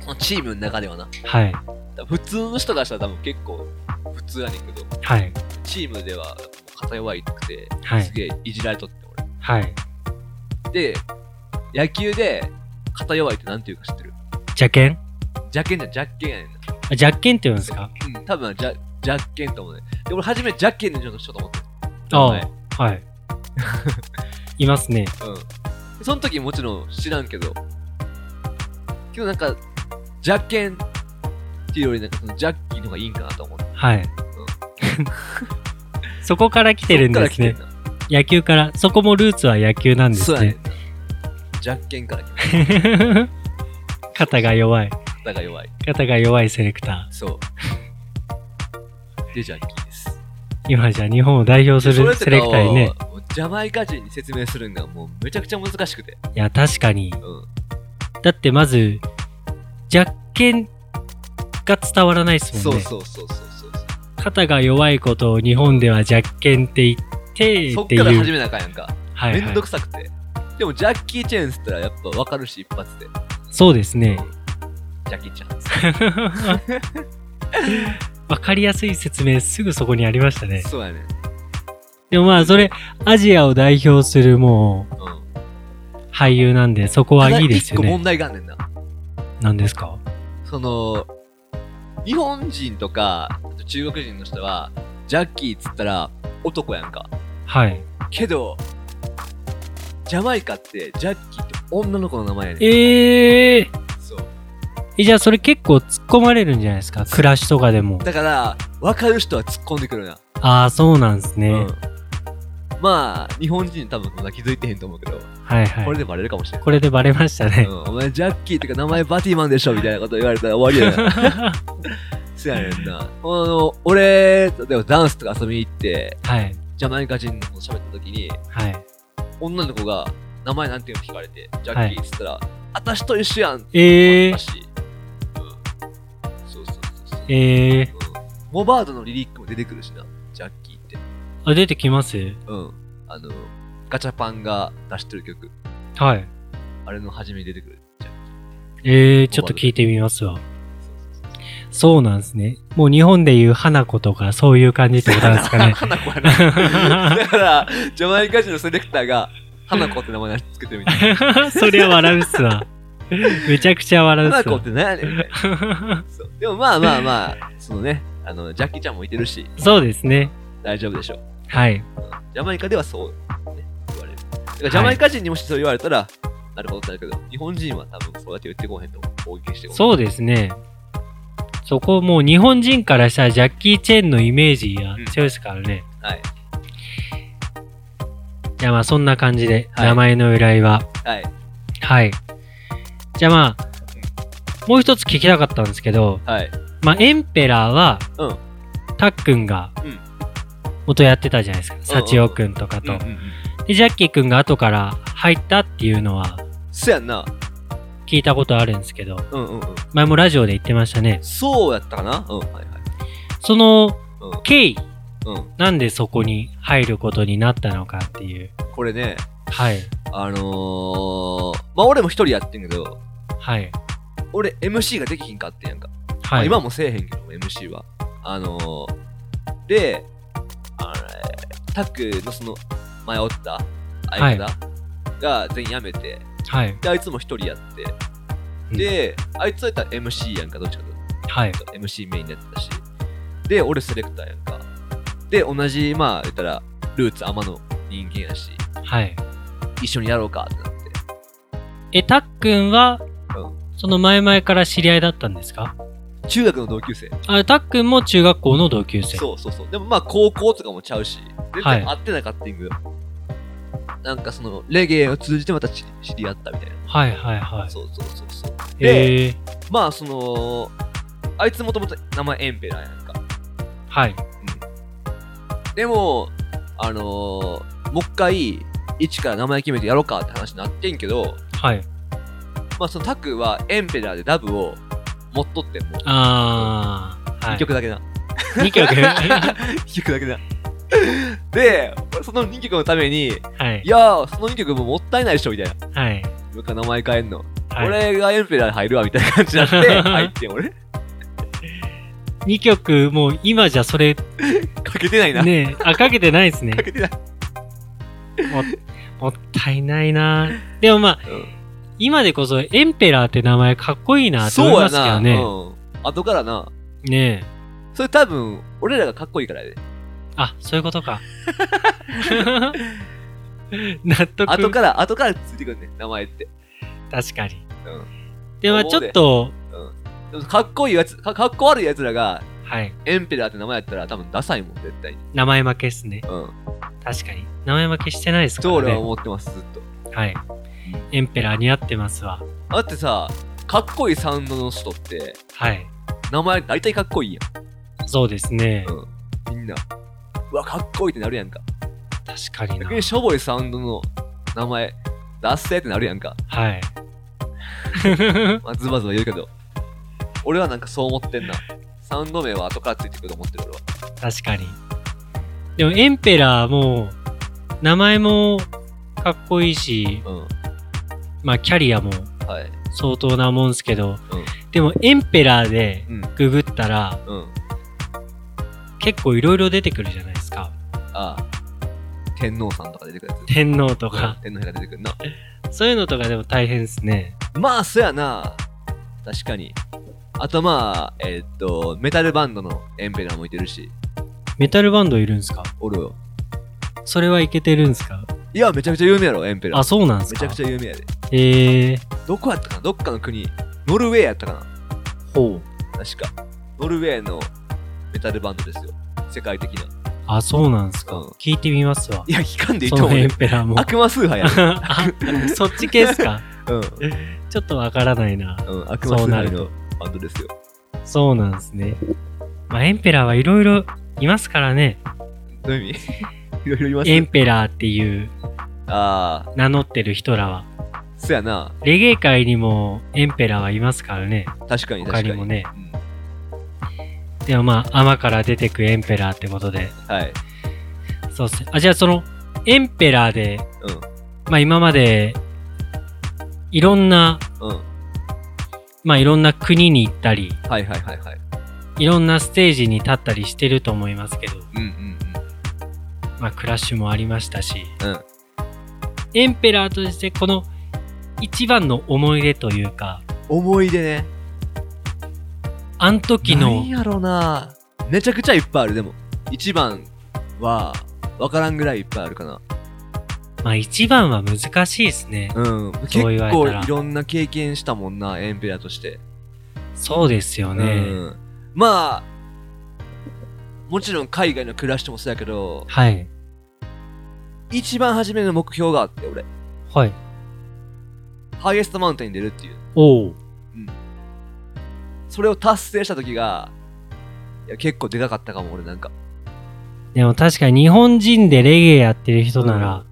A: そのチームの中ではな。
B: はい。
A: 多分普通の人がしたら多分結構普通やねんけど、
B: はい。
A: チームでは肩弱いくて、
B: はい
A: すげえいじられとって俺。
B: はい。
A: で、野球で肩弱いってなんていうか知ってる
B: 邪剣
A: ジャッケンじゃん、ジャッケンやねんな。
B: あ邪剣って言うんですか
A: うん、多分ジャジャッケンと思うね。で、俺初めジャッケンの人としようと思って名
B: ああ。 はい。いますね。
A: 前うん。でその時もちろん知らんけど、けどなんか、ジャッケンっていうよりなんかそのジャッキーの方がいいんかなと思って。
B: はい。 そこから来てるんですね。
A: そっから来
B: 野球から。そこもルーツは野球なん
A: てんな。そ
B: です
A: うやね
B: ね
A: ん。な。ジャッケンから来た。
B: 肩が弱い。
A: 肩が弱い。
B: 肩が弱いセレクタ
A: そう。で、ジャッキーです。
B: ー。今じゃ日本を代表す
A: そ
B: る
A: れ
B: セレクターにね。
A: とかをジャマイカ人に説明するんがもうめちゃくちゃ難しくて。
B: いや、確かに。
A: うん。
B: だってまず、弱点が伝わらないです
A: そ
B: もん
A: う
B: ね。
A: そうそうそうそう。
B: 肩が弱いことを日本では弱点って言って、
A: そっ
B: って
A: から
B: いう。
A: 始めなあかんやんか。
B: はいはい
A: めんどくさくて。でもジャッキー・チェーンっつったらやっぱわかるし、一発で。
B: そうですね。
A: ジャッキー・チェーン。
B: わかりやすい説明すぐそこにありましたね。
A: そうやね。
B: でもまあそれ、アジアを代表するも
A: うん。
B: う俳優なんで、そこ
A: ただ
B: はいいですよ
A: 一個
B: ね
A: 問。題があんねんな。
B: 何ですか
A: その、日本人とか、あと中国人の人は、ジャッキーっつったら男やんか。
B: はい。
A: けど、ジャマイカってジャッキーって女の子の名前やねん。
B: ええ
A: そう。
B: ー。じゃあそれ結構突っ込まれるんじゃないですか暮らしとかでも。
A: だから、わかる人は突っ込んでくるな。
B: ああ、そうなんですね。
A: うん。まあ、日本人多分そんな気づいてへんと思うけど、
B: はいはい。
A: これでバレるかもしれない。
B: これでバレましたね。
A: うん、お前ジャッキーとか名前バティマンでしょみたいなこと言われたら終わりやな。そやねんな。あの、俺、でもダンスとか遊びに行って、
B: はい。
A: ジャマイカ人の子と喋った時に、
B: はい。
A: 女の子が名前なんていうの聞かれて、ジャッキーって言ったら、あたしと一緒やんって言
B: ええ
A: った
B: ー。
A: し、うん。そうそうそうそう。
B: ええ
A: うんモバードのリリックも出てくるしな、ジャッキーって。
B: ー。あ、出てきます
A: うん。あの、ガチャパンが出してる曲、
B: はい。
A: あれの初めに出てくる。ジャッキー
B: ええー、ちょっと聞いてみますわ。そうなんですね。もう日本でいう花子とかそういう感じってことなんです かね。
A: 花子や な。だから、ジャマイカ人のセレクターが、花子って名前つけてみた。
B: そりゃ笑うっすわ。めちゃくちゃ笑うっ
A: 花
B: す
A: 子
B: わ
A: っ。て何やねんみたいな。そうでもまあまあまあ、そのね、あの、ジャッキーちゃんもいてるし、
B: そうですね。
A: 大丈夫でしょう。
B: はい。
A: ジャマイカではそう、ね、言われる。だからジャマイカ人にもしそう言われたら、なるほどってなるけど、日本人は多分そうやって言ってこうへんと思う。攻撃してこうへん
B: そうですね。そこもう日本人からしたらジャッキー・チェンのイメージが強いですからね。
A: はい。
B: じゃあまあそんな感じで、
A: はい
B: 名前の由来は。
A: はい。
B: はい。じゃあまあ、もう一つ聞きたかったんですけど、
A: はい。
B: まあエンペラーは、
A: うん
B: たっくんが
A: うん
B: 元やってたじゃないですか。幸男くんとかと。
A: うんうんうん
B: で、ジャッキーくんが後から入ったっていうのは
A: そやんな。
B: 聞いたことあるんですけど、
A: うんうんうん。
B: 前もラジオで言ってましたね。
A: そうやったかなうん、はいはい。
B: その
A: う
B: 経緯、
A: ん。うん。
B: なんでそこに入ることになったのかっていう。
A: これね、
B: はい。
A: あのー、まあ俺も一人やってんけど、
B: はい。
A: 俺 MC ができひんかってんやんか。ま
B: は
A: あ
B: い。
A: 今もせえへんけど、MC は。あのー、で、あれ、タックのその、迷った相方が全員辞めて、
B: はい。
A: で、あいつも一人やって、
B: うん
A: で、あいつはやったら MC やんか、どっちかという
B: はい。
A: と MC メインでやってたし、で、俺セレクターやんか。で、同じ、まあ言ったら、ルーツ天の人間やし、
B: はい。
A: 一緒にやろうかってなって。
B: え、たっくんは、
A: う
B: その前々から知り合いだったんですか
A: ん。中学の同級生。
B: あ、たっくんも中学校の同級生。
A: そうそうそう。でもまあ高校とかもちゃうし、全
B: はい
A: 然会ってなかったんやけど、なんかそのレゲエを通じてまた知知り合ったみたいな。
B: はいはいはい。
A: そうそうそうそう。で、
B: えー、
A: まあその、あいつもともと名前エンペラーやんか。
B: はい。
A: でも、あのー、もう一回、一から名前決めてやろうかって話になってんけど、
B: はい。
A: まあそのタクはエンペラーでダブを持っとってもう、
B: あー。は
A: 2
B: い、
A: 曲だけな。
B: 2曲 は
A: 2曲だけな。で、その2曲のために、い
B: い。
A: やー、その2曲ももったいないでしょみたいな。
B: はい。
A: もう一回名前変えんの、
B: はい、
A: 俺がエンペラーに入るわみたいな感じにな って入ってん俺
B: 2曲、もう今じゃそれ、
A: かけてないな、
B: ね、あ、かけてない ですね
A: か。けてない、
B: もったいないなでもまあ、
A: う、
B: 今でこそエンペラーって名前かっこいいなんと
A: そ
B: 思いうま
A: や
B: すけど
A: な、
B: ね。
A: うん、後からな
B: ねえ。
A: それ多分俺らがかっこいいからやで
B: あ、そういうこ とか。納得。
A: 後から後からついてくるねん名前って、
B: 確かに。
A: う
B: でもまあちょっと、
A: ん、でもかっこいいやつかかっこ悪いやつらが
B: はい。
A: エンペラーって名前やったら多分ダサいもん絶対に、
B: 名前負けっすね。
A: うん、
B: 確かに。名前負けしてないですか
A: そう俺
B: ら
A: は
B: ね。
A: 思ってますずっと
B: はい。エンペラー似合ってますわ。
A: だってさかっこいいサウンドの人って
B: はい。
A: 名前大体かっこいいや
B: そうですね。
A: ん、うん、みんなうわかっこいいってなるやんか
B: 確か にな
A: 逆。にしょぼいサウンドの名前出せってなるやんか、
B: はい。
A: まあ、ズバズバ言うけど俺はなんかそう思ってんなサウンド名は後からついてくると思ってる俺は
B: 確かに。でも、エンペラーも、名前もかっこいいし、まあ、キャリアも
A: うんはい
B: 相当なもんすけど、
A: う
B: でも、エンペラーで
A: うん
B: ググったら、
A: うん
B: 結構いろいろ出てくるじゃないですか。
A: ああ天皇さんとか出てくるやつ
B: 天皇とか。
A: 天皇陛下出てくるな
B: そういうのとかでも大変ですね。
A: まあそやな確かにあとまあえーっとメタルバンドのエンペラーもいてるし
B: メタルバンドいるんすか
A: おるよ
B: それはいけてるんすか
A: いやめちゃくちゃ有名やろエンペラー
B: あ、そうなんす
A: めち
B: か
A: ゃくちゃ有名やで
B: へえー、
A: どこやったかなどっかの国ノルウェーやったかな
B: ほう。
A: 確かノルウェーのメタルバンドですよ世界的な
B: あ、そうなんすか、
A: うん
B: 聞いてみますわ
A: い。や聞かんでいい
B: そ
A: と思う
B: のエ
A: よ
B: ンペラーも。
A: 悪魔崇拝やろ
B: あ そっち系っすか
A: う
B: ちょっとわからないな。
A: ん、うん、悪魔
B: そう
A: 崇
B: な
A: 拝
B: る
A: の
B: と。
A: バンドですよ
B: そうなんですね。まあ、エンペラーはいろいろいますからね。
A: どういう意味いろいろ言います
B: エンペラーっていう
A: ああ
B: 名乗ってる人らは。
A: そやな
B: レゲエ界にもエンペラーはいますからね。
A: 確かに確か
B: 他
A: に
B: にもね。
A: うん
B: でもまあ、天から出てくエンペラーってことで。
A: はい
B: そうっすね。あ、じゃあその、エンペラーで、
A: う
B: まあ今まで、いろんな、
A: んうん
B: まあいろんな国に行ったり、
A: はいはいはいはい
B: いろんなステージに立ったりしてると思いますけど、
A: うんうん
B: まあクラッシュもありましたし、
A: うん
B: エンペラーとしてこの一番の思い出というか、
A: うん思い出ね
B: あの時の
A: 何、やろなめちゃくちゃいっぱいあるでも一番は分からんぐらいいっぱいあるかな
B: まあ一番は難しいですね。
A: うん結
B: そう言われたら
A: 構いろんな経験したもんなエンペラーとして
B: そうですよね。
A: うんまあもちろん海外の暮らしともそうやけど
B: はい。
A: 一番初めの目標があって俺
B: はい。
A: ハイエストマウンテンに出るっていう
B: おう。
A: それを達成した時がいや結構でかかったかも俺なんか
B: でも確かに日本人でレゲエやってる人なら、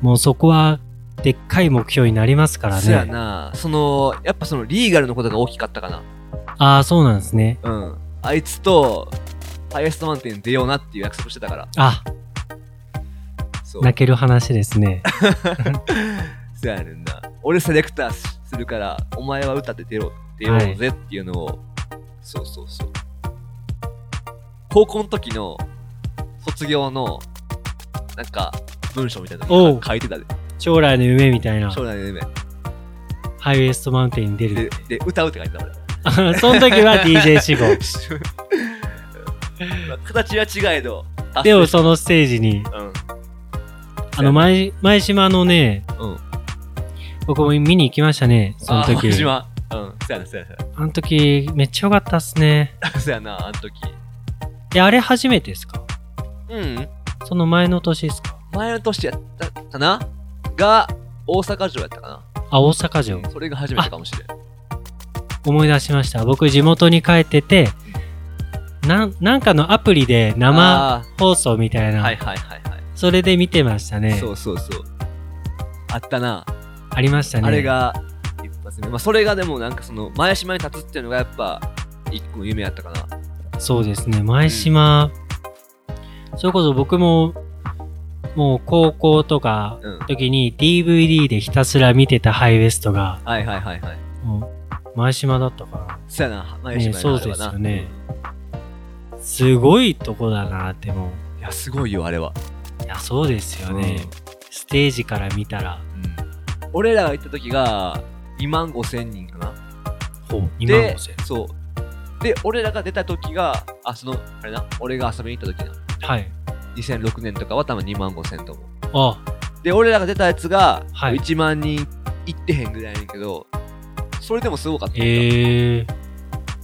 B: もうそこはでっかい目標になりますから
A: そや
B: ね。
A: なそのやっぱそのリーガルのことが大きかったかな
B: ああ、そうなんですね。
A: うんあいつとハイエストマウンテンに出ようなっていう約束してたから
B: あ、
A: そう
B: 泣ける話で すね。
A: そうやねんな。俺セレクターするから、お前は歌って出ろ、出ようぜっていうのを、そうそうそう。高校の時の卒業の、なんか、文章みたいな
B: お
A: の
B: う
A: 書いてたで。
B: 将来の夢みたいな、
A: 将来の夢。
B: ハイウエストマウンテンに出る
A: で。、で歌うって書いてた俺。
B: あ その時は DJ 志望。
A: まあ形は違えど、達
B: で
A: 成
B: も
A: した
B: そのステージに、
A: うん。
B: あの前、前島のね、
A: うん
B: 僕も見に行きましたね、その
A: あ
B: 時。
A: ー島うん、そうやな、そうやな
B: あの時、めっちゃ良かったっすね。
A: そうや。そうやな、あの時。
B: え、あれ初めてですか
A: うん。
B: その前の年ですか
A: 前の年やったかなが、大阪城やったかな。
B: あ、大阪城。
A: それが初めてかもしれん。
B: 思い出しました。僕、地元に帰ってて、なん、なんかのアプリで生
A: あ
B: 放送みたい
A: ー
B: な、
A: はいはいはいはい、
B: それで見てましたね。
A: そうそうそうあったな、
B: ありましたね。
A: あれが一発目、まあ、それがでもなんかその前島に立つっていうのがやっぱ一個の夢やったかな
B: そうですね、前島、それこそ僕も、もう高校とか
A: うん
B: 時に DVD でひたすら見てたハイウエストが、
A: はいはいはいはい
B: もう前島だったか
A: そやな前島
B: ね
A: に
B: そう
A: あれは
B: です
A: な
B: よねな。すごいとこだなっても
A: うんいやすごいよあれは、
B: う。いや、そうですよね。ステージから見たら、
A: うん俺らが行った時が2万5千人かな
B: ほう、2万
A: で
B: 5000。
A: そうで俺らが出た時があそのあれな俺が遊びに行った時な
B: はい。
A: 2006年とかは多分2万5千と思う
B: あ、
A: で俺らが出たやつが
B: はい
A: 1万人いってへんぐらいやねんけど、それでもすごかった、
B: えー。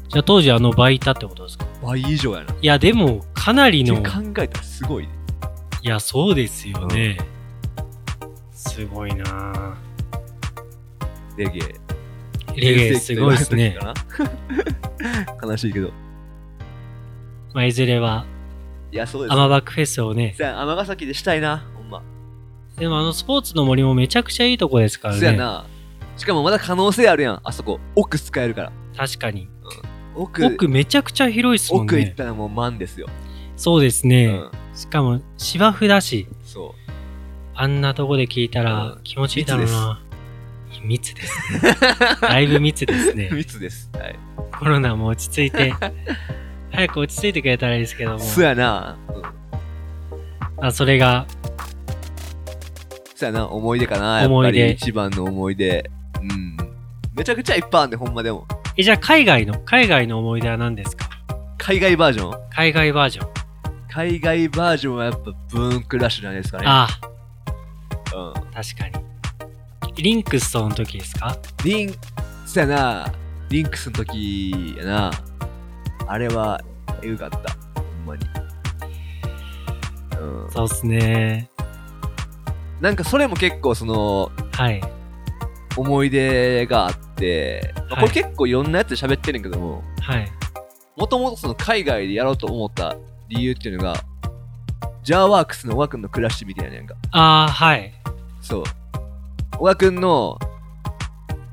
B: じゃあ当時あの倍いたってことですか
A: 倍以上やなっ
B: いや、でも、かなり
A: て
B: の。
A: 考えたらすごいね
B: いや、そうですよね。すごいな
A: レゲエ
B: ぁレゲエすごいですね。
A: 全盛期と言われた時かな悲しいけど
B: まあ、いずれは、
A: いや、そうです。
B: 天バックフェスをね。
A: せや尼崎でしたいな、ほんま。
B: でもあのスポーツの森もめちゃくちゃいいとこですから
A: そうや
B: ね。
A: な。しかもまだ可能性あるやん、あそこ。奥使えるから。
B: 確かに。
A: 奥、
B: 奥めちゃくちゃ広いですもん
A: 奥行っ
B: ね。
A: たらもう満ですよ。
B: そうです
A: う
B: ね。
A: ん。
B: しかも芝生だし、
A: そう。
B: あんなとこで聞いたら
A: うん
B: 気持ちいいだろうな。密です。だいぶ密ですね。
A: 密です。はい。
B: コロナも落ち着い て、早く落ち着いてくれたらいいですけども。
A: そうやな。うん。
B: あそれが、
A: そうやな、思い出かな。やっ
B: 思
A: ぱ
B: い出
A: り一番の思い出。うん。めちゃくちゃいっぱいあんで、ほんまでも。
B: え、じゃあ海外の、海外の思い出は何ですか
A: 海外バージョン
B: 海外バージョン。
A: 海外バージョンはやっぱブンクラッシュじゃないですかね。
B: あ
A: うん。
B: あ、確かに。リンクスとの時ですか
A: リン、そうやな、リンクスの時やな、あれは、えぐかった。ほんまに。うん。
B: そうっすね。
A: なんかそれも結構その、
B: はい。
A: 思い出があって、まあ
B: はい
A: これ結構いろんなやつで喋ってるんやけども、
B: はい。
A: もともとその海外でやろうと思った理由っていうのが、ジャーワークスの小川くんのクラッシュみたいなやんか。
B: ああ、はい。
A: そう。小川くんの、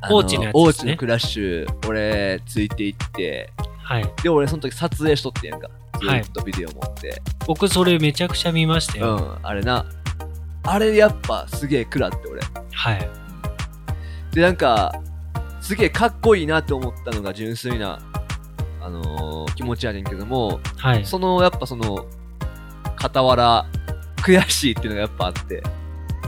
A: あ
B: 大地のやつですね
A: 大地のクラッシュ、俺、ついていって、
B: はい。
A: で、俺その時撮影しとってんやんか。ず
B: はい
A: ーっとビデオ持って。
B: 僕、それめちゃくちゃ見ましたよ。
A: うん、あれな。あれやっぱすげえ食らって俺。
B: はい。
A: で、なんか、すげえかっこいいなって思ったのが純粋な、あのー気持ちやねんけども、
B: はい。
A: その、やっぱその、傍ら、悔しいっていうのがやっぱあって。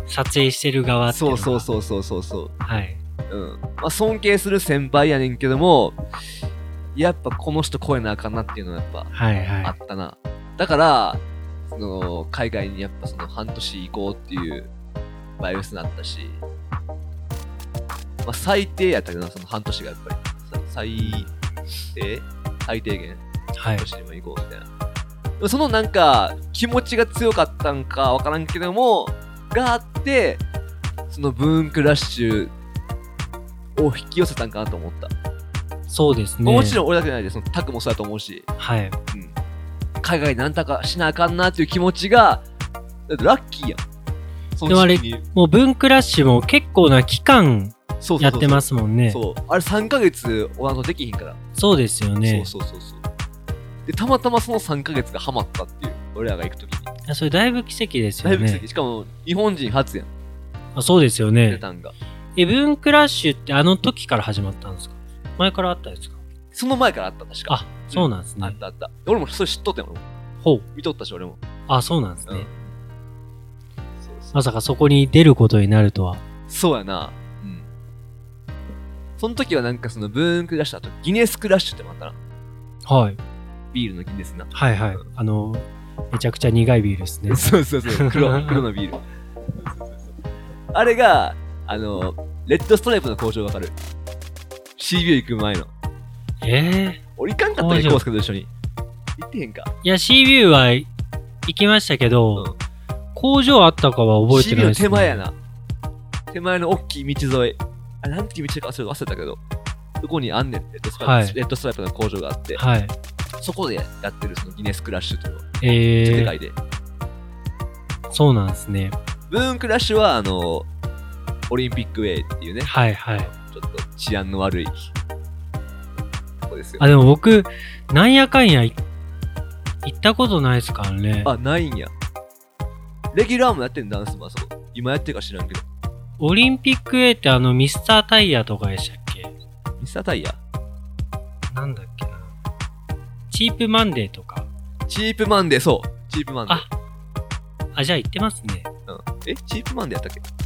B: 撮影してる側っていう
A: そ
B: の
A: う
B: が
A: そうそうそうそうそう。
B: はい。
A: うん。まあ、尊敬する先輩やねんけども、やっぱこの人超えなあかんなっていうのはやっぱ
B: はい
A: あ
B: は
A: ったな。だから、その海外にやっぱその半年行こうっていうバイオスになったし、まあ、最低やったけどな、その半年がやっぱり。さ最低最低限、
B: い。はい
A: 半。年でも行こうみたいな。でもそのなんか、気持ちが強かったんかわからんけども、があって、そのブーンクラッシュを引き寄せたんかなと思った。
B: そうですね。
A: もち
B: ん。
A: ろん俺だけじゃないで、そのタクもそうだと思うし。
B: はい。
A: 海外なんだかしなあかんなっていう気持ちが、だってラッキーやん。そ
B: でもあれ
A: 時期に
B: もう、文クラッシュも結構な期間
A: そうそうそう
B: やってますもんね。
A: そう。あれ3ヶ月おらんとできひんから。
B: そうですよね。
A: そうそうそうそう。で、たまたまその3ヶ月がハマったっていう、俺らが行くときに。
B: いやそれだいぶ奇跡ですよ
A: だ
B: ね。
A: いぶ奇跡。しかも、日本人初やん、
B: あそうですよ
A: 出
B: ね。
A: たんが。
B: え、文クラッシュってあの時から始まったんですか前からあったんですか
A: その前からあった、確か。
B: あ、そうなんです
A: あ
B: ね
A: っ。たあった。俺もそれ知っとったよ、俺も
B: ほう。
A: 見とったし、俺も。
B: あ、そうなんです
A: うん
B: ね。。
A: そうそう
B: まさかそこに出ることになるとは。
A: そうやな。うん。その時はなんかそのブーンクラッシュ、あとギネスクラッシュってもあったな。
B: はい。
A: ビールのギネスな。。
B: はいはい。あの、めちゃくちゃ苦いビールですね
A: そうそうそう、黒黒のビール。あれが、あの、レッドストライプの工場わかる。シビュー行く前の。
B: ええ
A: 俺行かんかったね、
B: 工場
A: コースケと一緒に。行ってへんか。
B: いや、シービューは行きましたけど、
A: うん
B: 工場あったかは覚え
A: シ
B: て
A: ビ
B: な
A: ューの
B: いです、ね。
A: 手前や。な。手前の大きい道沿い。あ、なんていう道か忘れた忘れたけど。そこにあんねんレッドストライプ、
B: はい
A: レッドストライプの工場があって、
B: はい。
A: そこでやってるそのギネスクラッシュというのを、世
B: ええ
A: 界で。
B: そうなんですね。
A: ブーンクラッシュは、あの、オリンピックウェイっていうね、
B: はいはい。
A: ちょっと治安の悪いとこですよ。
B: あ、でも僕、なんやかんやい行ったことないですからね。
A: あ、ないんや。レギュラーもやってんのダンスもあそこ。今やってるか知らんけど。
B: オリンピック A ってあのミスタータイヤとかでしたっけ
A: ミスタータイヤ。
B: なんだっけな。チープマンデーとか。
A: チープマンデー、そう。チープマンデー。
B: ああ、じゃあ行ってますね。
A: うん、え、チープマンデーやったっけ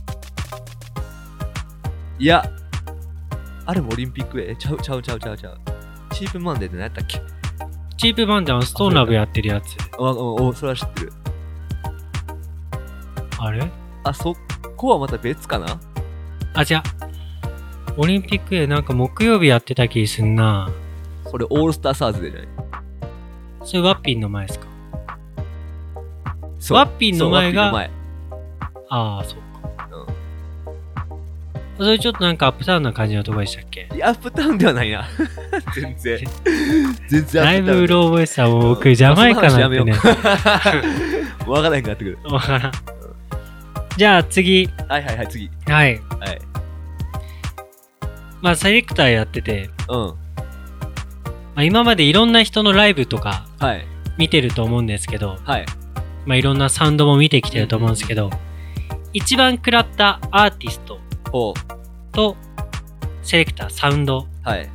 A: いや。あれもオリンピックへ。えちゃうちゃうちゃうちゃうちゃう。チープマンデーって何やったっけ
B: チープマンデーあのストーンラブやってるやつ。
A: あ、お、お、それは知ってる。
B: あれ
A: あ、そこはまた別かな
B: あ、じゃあ。オリンピック A なんか木曜日やってた気すんな。
A: それオールスターサーズでじゃない
B: それワッピンの前ですか
A: そう
B: ワッピンの前が
A: そうワッピ
B: ああ、そうか。
A: ンの前。
B: それちょっとなんかアップダウンな感じのとこでしたっけ
A: うん。いや、アップタウンではないな。全然。全然
B: だいぶう
A: ロ
B: ろ覚えした。もう僕、ジャマイカなんてね。
A: う。 わからへんくなってくる。
B: わ からん。じゃあ次。
A: はいはいはい、次。
B: はい。
A: はい。
B: まあ、セレクターやってて、
A: うん。は
B: まあ、今までいろんな人のライブとか
A: い。
B: 見てると思うんですけど、
A: はい。
B: まあ、いろんなサウンドも見てきてると思うんですけど、一番食らったアーティスト
A: ほ
B: とセレクター、サウンド、
A: う。はい。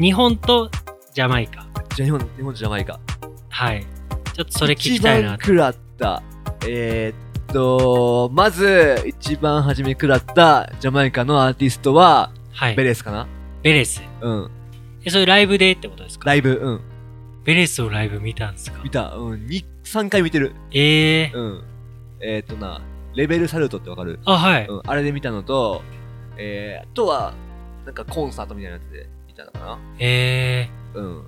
B: 日本とジャマイカ。
A: じゃあ日本、日本とジャマイカ。
B: はい。ちょっとそれ聞きたいな
A: 一番。食らった。えー、っと、まず、一番初めに食らったジャマイカのアーティストは、
B: はい。
A: ベ
B: ベレ
A: レスかな
B: ス。
A: うん。
B: え、それライブでってことですか
A: ライブ、うん。
B: ベレスをライブ見たんですか
A: 見た。うん。に3回見てる。
B: ええー。
A: うん。えー、っとな、レベルサルトってわかる
B: あ、はい。
A: うん。あれで見たのと、えー、あとは、なんかコンサートみたいなやつで見たのかな
B: え
A: うん。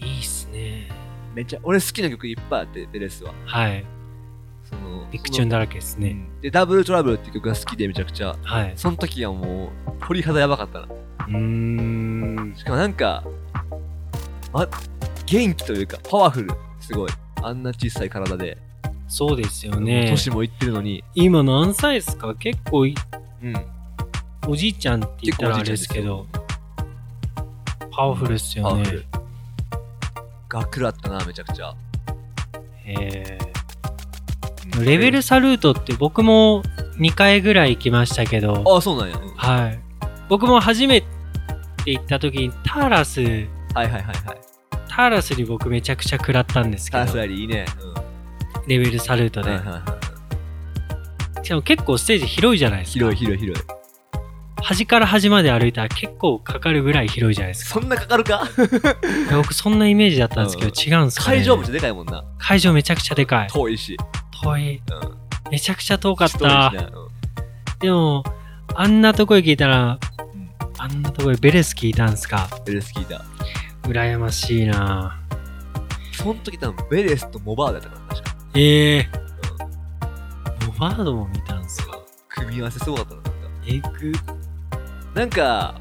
B: えー。いいっすね。
A: めっちゃ、俺好きな曲いっぱいあって、ベレスは。
B: はい。
A: その、
B: ビクチューンだらけですね。
A: うんで、ダブルトラブルって曲が好きでめちゃくちゃ。
B: はい。
A: その時はもう、鳥肌やばかったな。
B: うーん。
A: しかもなんか、あ、元気というか、パワフル。すごい。あんな小さい体で、
B: そうですよね。
A: 年もいってるのに、
B: 今何歳ですか結構い
A: うん。
B: おじいちゃんって言ったらあれですけど。パワフルっす
A: パ
B: よ
A: ワ
B: ね
A: フ。ル。がくらったな、めちゃくちゃ。
B: え
A: う
B: ー
A: ん
B: レベルサルートって僕も2回ぐらい行きましたけど、
A: あ、そうなんや。うん
B: はい。僕も初めて行った時にターラス、
A: はいはいはいはい。
B: ターラスに僕めちゃくちゃ食らったんですけ
A: カラス
B: ど、
A: ラリーいいね。うん。
B: レベルサルート
A: はい
B: で
A: はい。はい
B: しかも結構ステージ広いじゃないですか。
A: 広い広い広い。
B: 端から端まで歩いたら結構かかるぐらい広いじゃないですか。
A: そんなかかるか
B: いや僕そんなイメージだったんですけど、違うんですか、ね、
A: 会場めっちゃでかいもんな。
B: 会場めちゃくちゃでかい。
A: 遠いし。
B: 遠い。
A: うん。
B: めちゃくちゃ遠かっ。
A: 人多いしたなうん
B: でも、あんなとこへ聞いたら、
A: うん
B: あんなとこへベレス聞いたんすか。
A: ベレス聞いた。
B: 羨ましいな
A: その時多分ベレスとモバーだったから確か。
B: ええモバードも見たんすか。
A: 組み合わせすごかったな。なんか
B: えぐ。
A: なんか、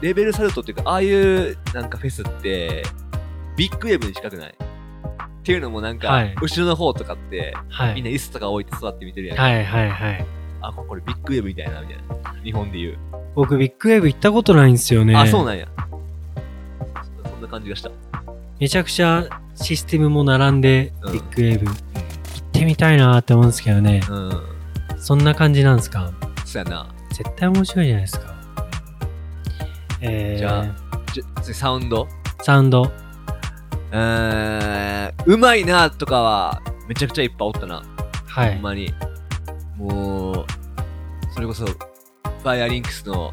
A: レベルサルトっていうか、ああいうなんかフェスって、ビッグウェーブに近くないっていうのもなんか、
B: はい
A: 後ろの方とかって、
B: は
A: みんな
B: い。
A: 椅子とか置いて座って見てるやん。
B: はいはいはい。
A: あ、これビッグウェーブみたいな、みたいな。日本で言う。
B: 僕ビッグウェーブ行ったことないんですよね。
A: あ、そう
B: な
A: なんや。そそんな感じがした。
B: めちゃくちゃシステムも並んで、
A: うん
B: ビッグウェーブ行ってみたいなって思うんですけどね。
A: うん。
B: そんな感じなんですか。
A: そうやな。
B: 絶対面白いじゃないですか。えー、
A: じゃじゃ次サウンド
B: サウンド。
A: うーん、うまいなとかは、めちゃくちゃいっぱいおったな。
B: は
A: ほん
B: い。
A: まに。もう、それこそ、ファイアリンクスの、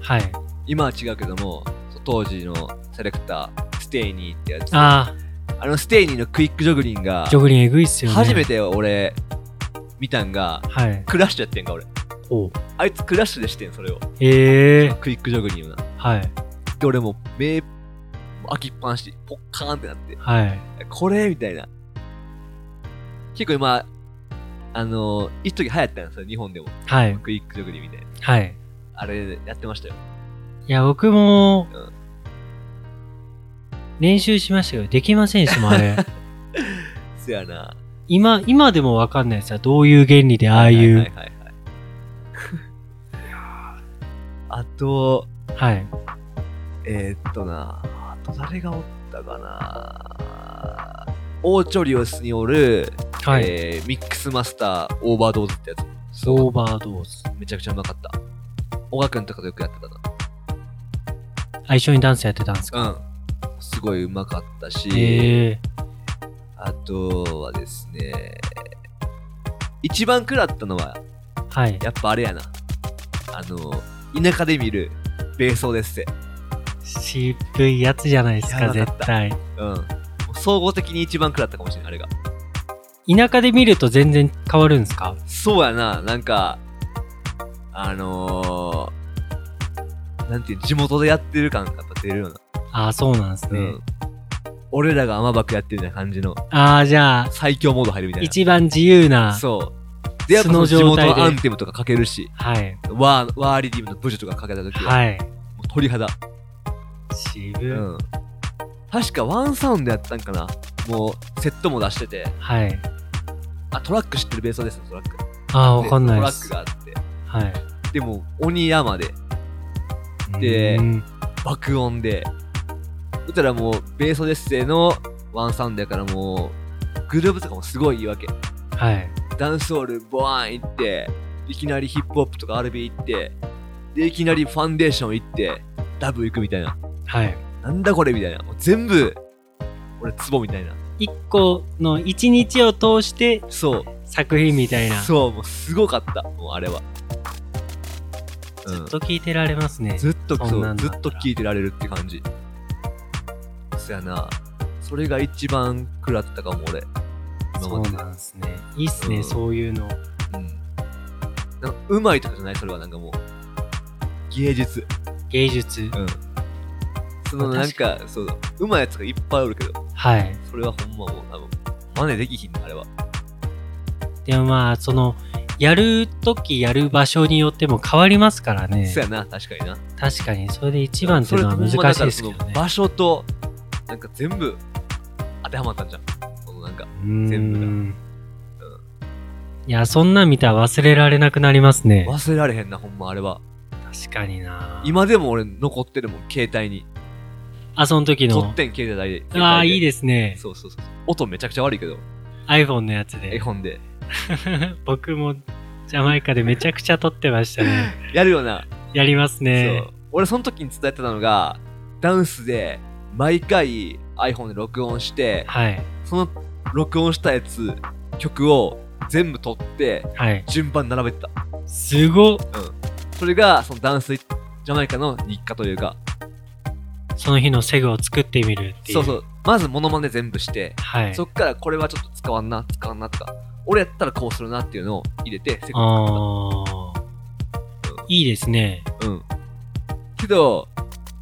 B: はい。
A: 今は違うけども、そ当時のセレクター、ステイニーってやつ。あ
B: あ
A: のステイニーのクイックジョグリンが
B: あ、ジョ、グリンエグいっすよね。
A: 初め
B: て。
A: て俺、見たんが、
B: はい。
A: クラッシュやってんか、俺。
B: お
A: あいつクラッシュでしてん、それを。
B: ええー。
A: クイックジョグリンをな。
B: はい。
A: で、俺もう、目、もう開きっぱなし、ポッカーンってなって、
B: はい。
A: これみたいな。結構今、あの一時流行ったんですよ、日本でも。
B: はい。
A: クイックジョグリンみたいな。
B: はい。
A: あれ、やってましたよ。
B: いや、僕も
A: うん、
B: 練習しましたけど、できませんでしたもん、あれ。
A: そやな。
B: 今、今でもわかんないですよ。どういう原理でああい
A: はいは
B: う。
A: はいはいはいあと、
B: はい。
A: えー、っとな、あと誰がおったかな。オーチョリオスによる、
B: はい。
A: えーミックスマスターオーバードーズってやつ。
B: オーバードーズ。
A: めちゃくちゃうまかった。小川くんとかとよくやってた
B: あ、一緒にダンスやってたんですか
A: な。うん。すごいうまかったし、
B: ええ
A: あとはですね、一番食らったのは、
B: ー。はい。
A: やっぱあれやな。あの、田舎で見る、ベーソーですって。
B: 渋いやつじゃないです
A: や
B: か、
A: ばかった
B: 絶対。
A: うん。もう総合的に一番食らったかもしれない、あれが。
B: 田舎で見ると全然変わるんですか
A: そうやな、なんか、あのー、なんていう、地元でやってる感がやっぱ出るような。
B: ああ、そうなんです
A: う
B: ね。
A: ん。俺らが甘ばくやってるような感じの、
B: ああ、じゃあ、
A: 最強モード入るみたい
B: 一番自由
A: な。
B: な。
A: そう。で、やっぱその
B: 素
A: 地
B: の状態で
A: 元アンテムとかかけるし、
B: はい。
A: ワー、ワーリディムのブジョとかかけた時は、
B: はい。
A: もう鳥肌。
B: 渋、
A: うん。確かワンサウンドやったんかな。もう、セットも出してて。
B: はい。
A: あ、トラック知ってるベースですね、トラック。
B: ああ、わかんないで。
A: ですトラックがあって。
B: はい。
A: でも、鬼山で、で
B: うん
A: 爆音で。だったらもう、ベースデッセのワンサウンドやからもう、グルーブとかもすごいいいわけ。
B: はい。
A: ダンスホール、ボワーン行って、いきなりヒップホップとか RB 行って、で、いきなりファンデーション行って、ダブ行くみたいな。
B: はい。
A: なんだこれみたいな。もう全部、俺、ツボみたいな。
B: 一個の一日を通して
A: そう。
B: 作品みたいな。ず
A: そう、もうすごかった。もうあれは。うん
B: っと聞いてられますね。
A: ずっと
B: そ
A: そ
B: んな
A: うん
B: だ
A: ずっと聞いてられるって感じそやなそれが一番食らったかも俺今
B: そう
A: まで
B: なんですね。いいっすね、
A: うん
B: そういうの。
A: うんなんかうまいとかじゃないそれはなんかもう芸術
B: 芸術。
A: うんその
B: まあ
A: なんかそううまいやつがいっぱいおるけど
B: はい。
A: それはほんまもう多分真似できひんのあれは
B: でもまあ、その、やるときやる場所によっても変わりますからね
A: そ。やな確かにな
B: 確かに、それで一番っていうのは難しいですけ
A: それってほんまだからそ
B: ど
A: の
B: ね。
A: 場所となんか全部当てはまったんじゃんそのなんか全部が
B: うーんいや、そんなん見たら忘れられなくなりますね。
A: 忘れられへんなほんまあれは
B: 確かにな。
A: 今でも俺残ってるもん携帯に
B: あ、その時
A: 撮
B: の
A: っ。てん携帯で携帯
B: ああ、いいですね。
A: そうそうそう音めちゃくちゃ悪いけど
B: iPhone のやつ
A: 絵
B: で。
A: 本で
B: 僕もジャマイカでめちゃくちゃ撮ってました ね。
A: やるよな、
B: やりますね
A: そう。俺その時に伝えてたのがダンスで毎回 iPhone で録音して
B: はい。
A: その録音したやつ曲を全部撮って
B: はい。
A: 順番に並べてた
B: すごっ
A: それがそのダンスジャマイカの日課というか
B: その日のセグを作ってみるっていう。
A: そうそうまずモノマネ全部して
B: はい。
A: そっからこれはちょっと使わんな使わんなとか俺やったらこうするなっていうのを入れてセコンド
B: ああ。いいですね。
A: うん。けど、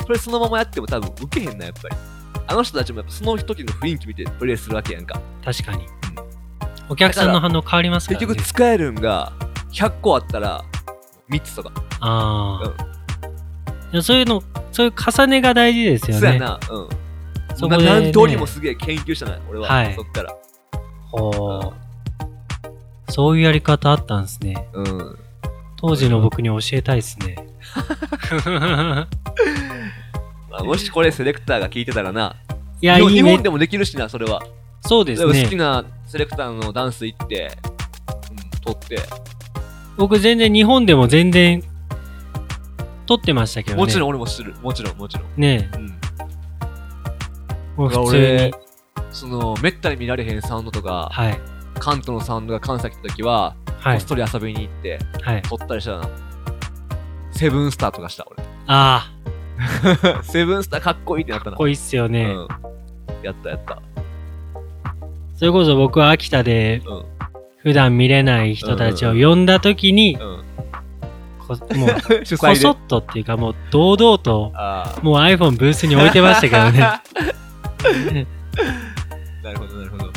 A: それそのままやっても多分受けへんな、やっぱり。あの人たちもやっぱその時の雰囲気見てプレイするわけやんか。
B: 確かに。お客さんの反応変わりますか
A: 結
B: らね。
A: 局使えるんが100個あったら3つとか。
B: ああ、いやそういうの、そういう重ねが大事ですよ
A: そうや
B: ね。
A: な。うん。
B: そ
A: そ
B: こ
A: こ
B: でね
A: 何通りもすげえ研究したな、俺は。
B: はい
A: そっから。
B: ほう。そういうやり方あったんですね。
A: うん。
B: 当時の僕に教えたいです ね。
A: まあ、もしこれセレクターが聞いてたらな。
B: いや、
A: 日
B: い
A: 本
B: い
A: 日
B: ね
A: 本。でもできるしな、それは。
B: そうです
A: 例えば好き
B: ね。
A: なセレクターのダンス行って、うん、撮って。
B: 僕全然日本でも全然撮ってましたけどね。
A: もちろん俺も知る。もちろん、もちろん。
B: ねえ
A: うん。
B: もう普通
A: 俺
B: に。、
A: その、めったに見られへんサウンドとか、
B: はい。
A: 関東のサウンドが関西来た時は、こ
B: はい
A: っ。そり遊びに行って、
B: はい。
A: 撮ったりしたな。セブンスターとかした、
B: あ
A: 俺。 セブンスターかっこいいってなった
B: あ、か
A: な。
B: っこいいっすよね。
A: うん。やったやった。
B: それこそ僕は秋田で
A: うん。
B: 普段見れない人たちを呼んだ時に、
A: う
B: こ もう、
A: ん。主
B: こ
A: 催で
B: そ。っとっていうかもう堂々と
A: あ
B: もう iPhone ブースに置いてましたけ どね。
A: なるほど、なるほど。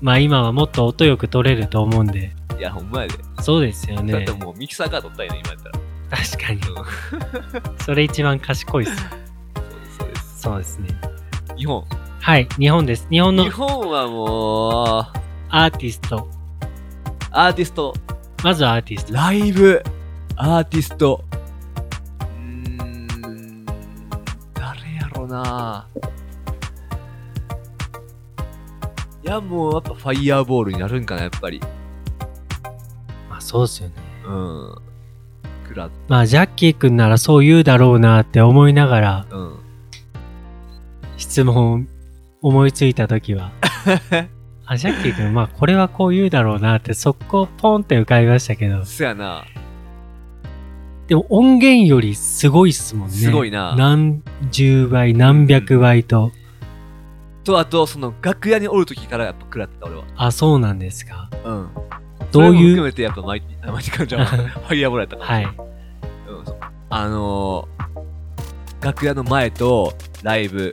B: まあ今はもっと音よく撮れると思うんで。
A: いや、ほんまやで。
B: そうですよ
A: だっ
B: ね
A: て。もうミキサーから撮ったんやね、今やったら。
B: 確かに。
A: うん
B: それ一番賢いっす。
A: そうです、そうです。
B: そうですね。
A: 日本。
B: はい、日本です。日本の
A: 日本はもう、
B: アーティスト。
A: アーティスト、
B: まずはアーティスト。
A: ライブ、アーティスト。うーん、誰やろな。いや、もうやっぱファイヤーボールになるんかな、やっぱり。
B: まあそうですよね。
A: うん。くら、
B: まあジャッキーくんならそう言うだろうなって思いながら
A: うん。
B: 質問を思いついた 時は。あ、ジャッキーくん、まあこれはこう言うだろうなって速攻ポンって浮かびましたけど。
A: そやな。
B: でも音源よりすごいっすもんね。
A: すごいな
B: 何十倍、何百倍と。
A: と、あと、その楽屋におるときからやっぱくらった、俺は。
B: あ、そうなんですか。
A: うん。
B: どう
A: それも
B: い
A: 含
B: う。
A: めてやっぱ毎日、あ毎日感じゃん。 ファイヤーボールやったから。
B: はい。
A: うん、そうあのー、楽屋の前とライブ、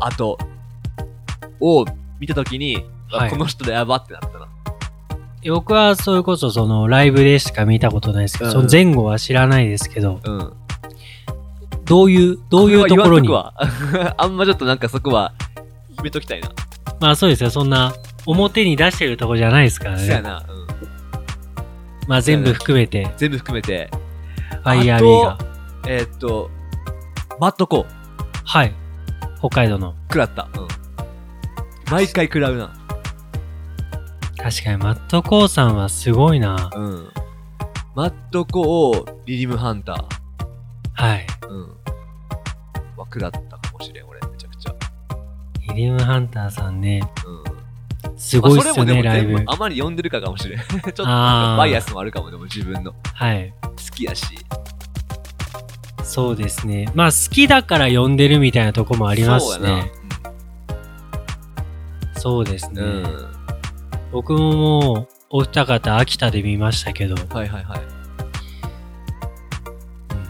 A: あと、を見たときに、あ
B: はい
A: この人でやばってなったな。
B: 僕はそれこそそのライブでしか見たことないですけ
A: う
B: ど、
A: ん
B: その前後は知らないですけど、
A: うん。
B: どういう、どういうところに。
A: は言わんとくわ あんまちょっとなんかそこは決めときたいな。
B: まあそうですよ、そんな表に出してるとこじゃないですから
A: そうや
B: ね。
A: な、うん
B: まあ全部含めて、
A: 全部含めて。あ
B: IRB
A: と
B: が。
A: えーっと、マットコー、
B: はい。北海道の。
A: 食らった。うん毎回食らうな。
B: 確かに、マットコーさんはすごいな。
A: うんマットコー、リリムハンター。
B: はい。
A: うん。は下ったかもしれん、俺、めちゃくちゃ。
B: イリムハンターさんね、
A: うん。
B: すごいっすよね、
A: まあ
B: ラ
A: それ
B: イ
A: もでも
B: ブ
A: 全。部あまり読んでるかかも しれん。ちょっと
B: あー
A: バイアスもあるかも、でも自分の。好
B: はい。
A: きやし。
B: そうですね。まあ好きだから呼んでるみたいなとこもありますしね。そうです
A: そうや
B: ね。
A: な。うん。うん
B: 僕ももう、お二方、秋田で見ましたけど、
A: はいはいはい。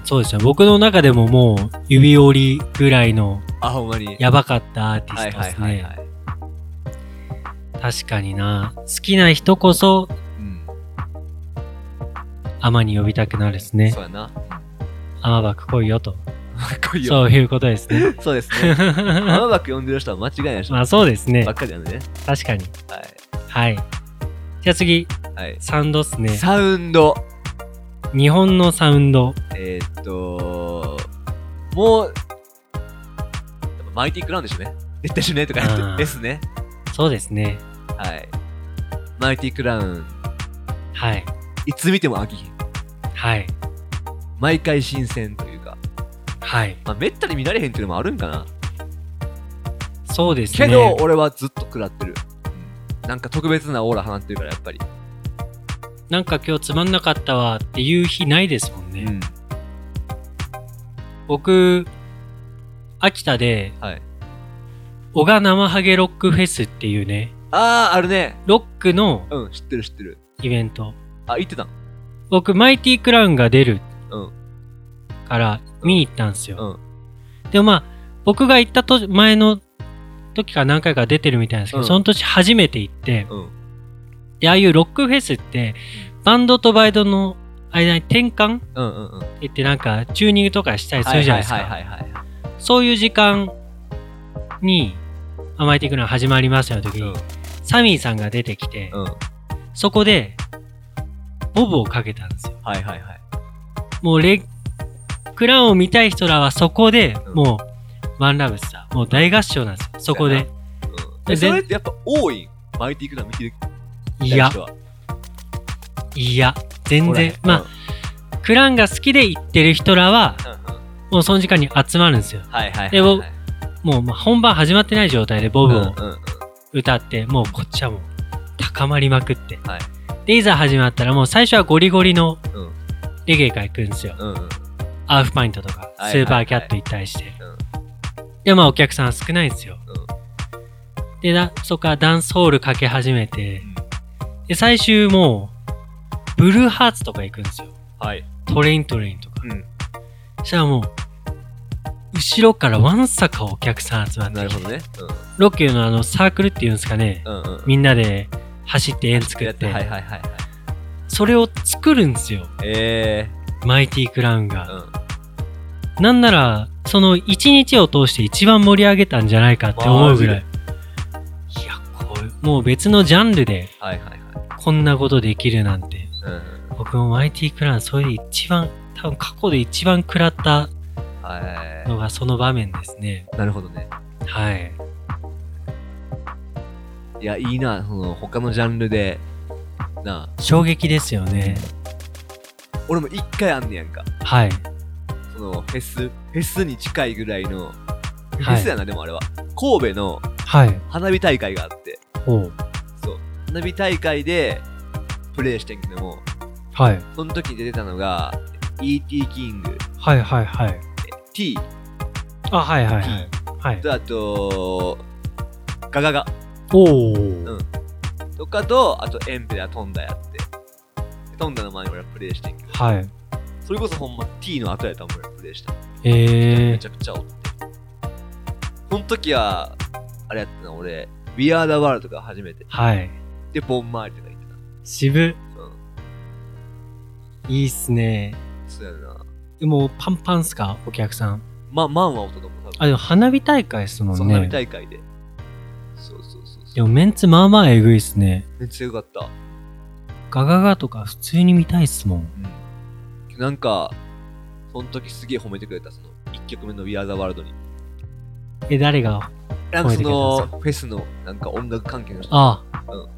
B: そうですね。僕の中でももう、指折りぐらいの
A: あ、ほんまに。
B: やばかったアーティ
A: は
B: ス
A: い
B: トで
A: はい
B: す
A: はい
B: ね
A: は。い。
B: 確かにな。好きな人こそ、
A: うん。
B: 天に呼びたくなるですね
A: そ。うやな。か
B: 天幕来いよと。
A: っこいいよ。
B: そういうことですね。
A: そうです ね。あのバック読んでる人は間違いない人
B: まあそうですね
A: ばっ。かりなんでね。
B: 確かに。
A: は
B: はい。じゃあ次、
A: い。はい。
B: サウンドっすね。
A: サウンド。
B: 日本のサウンド。
A: えーっと、もう、やっぱマイティクラウンでしょうね。絶対しねとか
B: あ
A: 言っ
B: ー
A: て、ですね。
B: そうですね。
A: はい。マイティクラウン、
B: はい。
A: いつ見ても飽きひん。
B: はい。
A: 毎回新鮮というか、
B: はい。
A: まあ、めったに見られへんっていうのもあるんかな。
B: そうです
A: け
B: ね。
A: ど、俺はずっと食らってる。うんなんか特別なオーラ放ってるから、やっぱり。
B: なんか今日つまんなかったわっていう日ないですもんね。
A: うん。
B: 僕、秋田で、
A: はい。
B: 小賀生ハゲロックフェスっていうね、
A: あー、あるね。
B: ロックの
A: うん、知ってる知ってる。
B: イベント。
A: あ、行ってたん
B: 僕、マイティクラウンが出る
A: うん
B: から見に行ったんです
A: う
B: よ。でもまあ、僕が行ったと前の時から何回か出てるみたいなんですけど、
A: うん
B: その年初めて行って、
A: うん。
B: で、ああいうロックフェスって、バンドとバイドの間に転換って
A: うんうんうん。
B: 言ってなんかチューニングとかしたりするじゃないです
A: はいは
B: か。
A: いはいはいはい。
B: そういう時間に、あマイティクラウン始まりますよの時に、サミーさんが出てきて、
A: うん。うん。
B: そこで、ボブをかけたんですよ。
A: はいはいはい。
B: もうレクラウンを見たい人らはそこで
A: うん
B: もう、ワンラブスター、もう大合唱なんですよ、そこで。
A: うん、え
B: で
A: それってやっぱ多いんマイティクラウン見てる
B: いや、
A: 人はい
B: や、全
A: おらへん
B: 然。まあ、クラウンが好きで行ってる人らは、
A: うんうんうん
B: もうその時間に集まるんですよ。
A: はいはいはいはい
B: で僕もうまあ本番始まってない状態で
A: う
B: ボ
A: ん
B: ブ
A: うんう
B: を
A: ん
B: 歌って、もうこっちはもう高まりまくって。
A: はい
B: で、いざ始まったらもう最初はゴリゴリの
A: うん
B: レゲエから行くんですよ。
A: うんうん
B: アーフパイントとか、
A: はい
B: スーパーキャット行ったりして。
A: はいうん
B: で、まあお客さん少ないんですよ。で、だそこからダンスホールかけ始めて、で、最終もう、ブルーハーツとか行くんですよ。
A: はい
B: トレイントレインとか。
A: うん
B: そしたらもう、後ろからわんさかお客さん集まって
A: なる
B: き
A: ほ
B: て、
A: どね
B: ロッキーのあのサークルっていうんですかね、
A: うんうんうん
B: みんなで走って円作っ
A: やはい
B: て、
A: はいはいはい
B: それを作るんですよ。
A: え
B: マイティクラウン
A: ー、
B: が。
A: うん
B: なんなら、その一日を通して一番盛り上げたんじゃないかって思うぐらい。いや、こう、もう別のジャンルで
A: はいはいはい
B: こんなことできるなんて。
A: うんうん
B: 僕も YT クラウンそれで一番多分過去で一番食らった
A: は
B: のがその場面ですね
A: いなるほどね
B: はい
A: いやいいなその他のジャンルでなあ
B: 衝撃ですよね
A: 俺も一回あんねやんか
B: はい
A: そのフェスフェスに近いぐらいのフ
B: はい
A: ェスやな、でもあれは神戸の
B: はい
A: 花火大会があって
B: おう
A: そう花火大会でプレイしてんけども
B: はい
A: その時に出てたのが E.T. キング
B: はいはいはい
A: T
B: あはいはいは
A: T
B: いはい
A: とあとガガガ
B: おお
A: んとかとあとエンペラートンダやってトンダの前に俺はプレイしてんけど
B: はい
A: それこそほんま T の後やったもん俺はプレイしたの
B: え
A: めちゃくちゃおってその時はあれやったな俺 We Are the World が初めて
B: はい
A: でボンマーリとか言ってた
B: 渋
A: うん
B: いいっすね
A: そうやな
B: もうパンパンっすかお客さん。
A: ま、マンは男も多分。
B: あ、でも花火大会っすも
A: そ
B: ん
A: んなみ
B: ね。
A: 大会で。そうそうそう
B: で
A: そう。
B: もメンツまあまあえぐいっすね。
A: めっちゃよかった。
B: ガガガとか普通に見たいっすもん。
A: うん。なんか、その時すげえ褒めてくれた、その1曲目の We Are the World に。
B: え、誰が
A: なんかその
B: 褒めてくれたんです
A: フェスのなんか音楽関係の人、
B: あ
A: う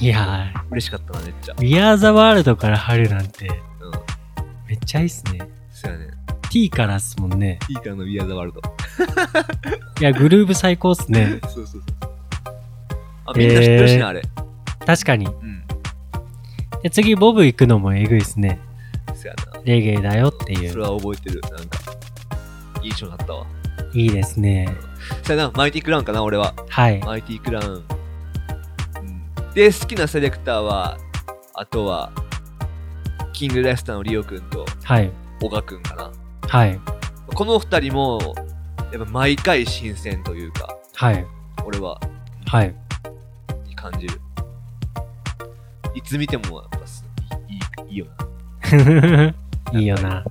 B: いや
A: 嬉しかったな、めっちゃ。
B: ー、We Are the World から入るなんて、
A: うん。
B: めっちゃいいっすね。
A: そうやね。
B: T からっすもんね。
A: ピーカーの We Are the World。
B: いや、グルーブ最高っすね。
A: そうそうそう。あ、みんな知ってるしな、あれ。
B: 確かに。
A: うん。
B: で、次、ボブ行くのもえぐいっすね。
A: そうやな。
B: レゲエだよってい。
A: そうれは覚えてる。なんか、いい印象になったわ。
B: いいですね。
A: そうやな、マイティクラウンかな、俺は。
B: はい。
A: マイティクラウン。うん、で、好きなセレクターは、あとは、キングレスターのリオくんと、
B: はい。
A: 小賀くんかな。
B: はい。
A: この二人も、やっぱ毎回新鮮というか、
B: はい。
A: 俺は、
B: はい。
A: に感じる。いつ見ても、やっぱすいいいいいいよな。
B: いいよな。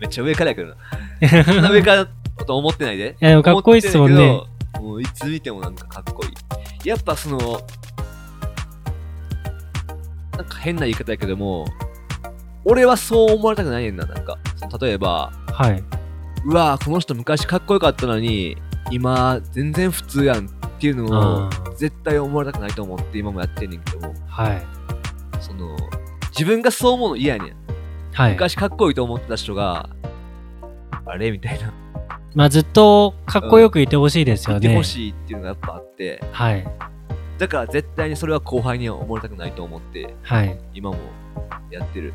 A: めっちゃ上からやけどな。 そんな上からだと思ってないで。
B: いや、でもかっこいいっすもんね
A: 思。ってないけど。もういつ見てもなんかかっこいい。やっぱその、なんか変な言い方やけども、俺はそう思われたくないねんな、なんか。その例えば、
B: はい。
A: うわぁ、この人昔かっこよかったのに、今全然普通やんっていうの
B: あ
A: を、絶対思われたくないと思って今もやってんねんけども、
B: ーはい。
A: その、自分がそう思うの嫌やねん。
B: はい。
A: 昔かっこいいと思ってた人が、あれみたいな。
B: まあ、ずっとかっこよくいてほしいです
A: 言
B: よ
A: っ
B: ね。
A: てほしいっていうのがやっぱあって、
B: はい。
A: だから絶対にそれは後輩には思われたくないと思って、
B: はい。
A: 今もやってる。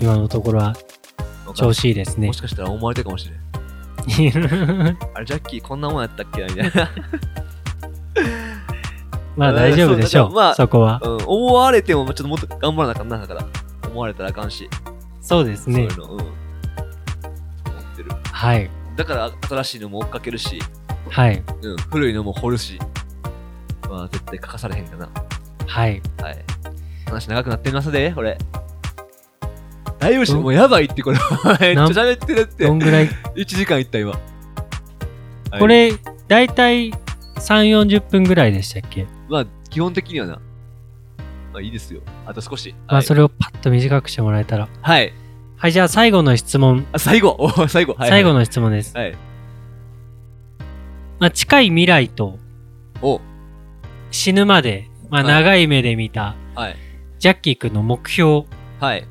B: 今のところは
A: わかん
B: 調
A: ない
B: 子いいですね
A: も。しかしたら思われてるかもしれん。あれ、ジャッキーこんなもんやったっけなみたいな。
B: まあ大丈夫でしょ
A: そうだからまあ
B: う。そこは。
A: うん、思われてもちょっともっと頑張らなあかんな、だから。思われたらあかんし、
B: そうです
A: そうい
B: ね
A: う。の、うん。思ってる。
B: はい。
A: だから新しいのも追っかけるし、
B: はい。
A: うん、古いのも掘るし、まあ絶対欠かされへんかな。
B: はい。
A: はい。話長くなってますで、これ。だいぶし、もうやばい って、これ。めっちゃ喋ってるって
B: ど。んぐらい
A: 1時間いった、今。はい
B: これ、だいたい3、40分ぐらいでしたっけ
A: まあ、基本的にはな。まあ、いいですよ。あと少し。
B: ま
A: はい
B: あそ。れをパッと短くしてもらえたら。
A: はい。
B: はい、じゃあ最後の質問。
A: あ、最後。 お最後。はい、
B: 最後の質問です。
A: はい。はい。
B: まあ近い未来と
A: お
B: 死ぬまで、まあ
A: はい
B: 長い目で見た
A: はい。
B: ジャッキー君の目標、
A: はい。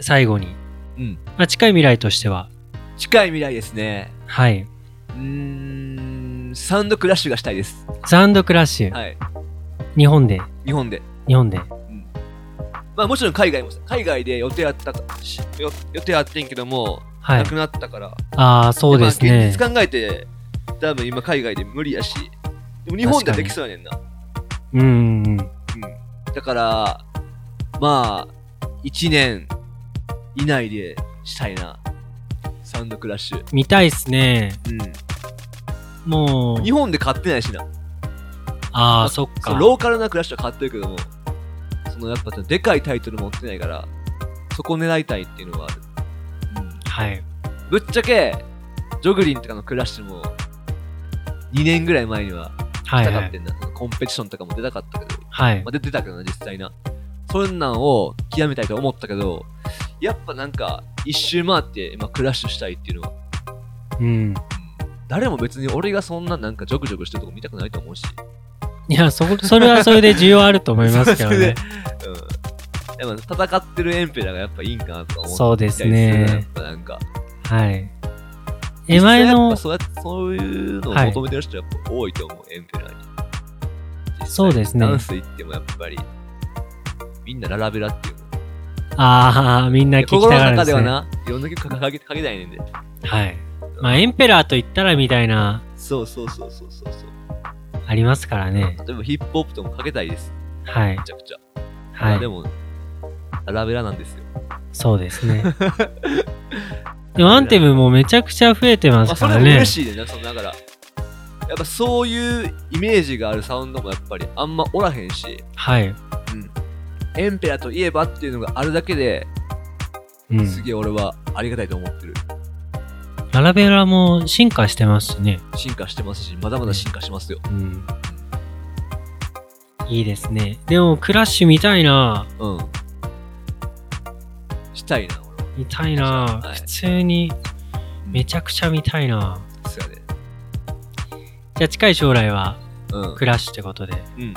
B: 最後に。
A: うん。
B: まあ近い未来としては、
A: 近い未来ですね。
B: はい。
A: うーん、サウンドクラッシュがしたいです。
B: サウンドクラッシュ、
A: はい。
B: 日本で、
A: 日本で。
B: 日本で。
A: まあ、もちろん海外も、海外で予定あったし、よ予定あってんけども、
B: はい
A: な。くなったから。
B: ああ、そうです
A: まあ
B: ね
A: 現。実考えて、多分今海外で無理やし、でも日本ではできそうやねんな。
B: うんうんうん。
A: うん、だから、まあ、1年以内でしたいな。サウンドクラッシュ。
B: 見たいっすね。
A: うん。
B: もう
A: 日、本で買ってないしな。
B: ああ、そっ
A: その
B: か。
A: ローカルなクラッシュは買ってるけども、そのやっぱでかいタイトル持ってないから、そこ狙いたいっていうのはある。
B: はい。
A: ぶっちゃけ、ジョグリンとかのクラッシュも、2年ぐらい前には
B: は
A: 出
B: い
A: た
B: は
A: かっ
B: い。
A: たんだ。そのコンペティションとかも出たかったけど、
B: はい
A: まあ、。出てたけどな、実際な。そんなんを極めたいと思ったけど、やっぱなんか、一周回って、まあ、クラッシュしたいっていうのは、
B: うん。
A: 誰も別に俺がそんななんかジョグジョグしてるとこ見たくないと思うし。
B: いや、そこ、それはそれで需要あると思いますけ ど
A: それ
B: ね
A: で。うん。やっぱ戦ってるエンペラーがやっぱいいんかなとか思って
B: そうです
A: みたり
B: ね
A: するなやっぱなんか。
B: はい。え、前
A: 実
B: の、
A: 際やっぱそうやそういうのを求めてる人やっぱ多いと思う、エンペラーに。実際
B: そうですね
A: ダンス行ってもやっぱり、みんなララベラっていうの。
B: ああ、みんな聞きた
A: 心の
B: がるんで
A: 中ですは
B: ね。
A: な、いろんな曲かけかけたいねんで。
B: はい。まあ、エンペラーと言ったらみたいな、
A: そうそうそうそうそうそう。
B: ありますからね。
A: 例えばヒップホップとかもかけたいです。
B: はい
A: め。ちゃくちゃ。ま
B: は
A: あで
B: い。
A: も、ララベラなんですよ。
B: そうで すね。でも、アンテムもめちゃくちゃ増えてま
A: まあ
B: す
A: そ
B: か
A: れ
B: ら
A: も
B: ね
A: 嬉。しいねんな、そのだから。やっぱそういうイメージがあるサウンドもやっぱりあんまおらへんし、
B: はい。
A: うん。エンペラーといえばっていうのがあるだけで、
B: うん。
A: すげえ俺はありがたいと思ってる。
B: ララベラも進化してますしね。
A: 進化してますし、まだまだ進化してますよ。
B: うん。いいですね。でも、クラッシュ見たいな。
A: うん。したいな、俺は。
B: 見たいな。
A: はい
B: 普通に、めちゃくちゃ見たいな。
A: そうやね。
B: じゃあ、近い将来は、
A: うん。
B: クラッシュってことで。
A: うん。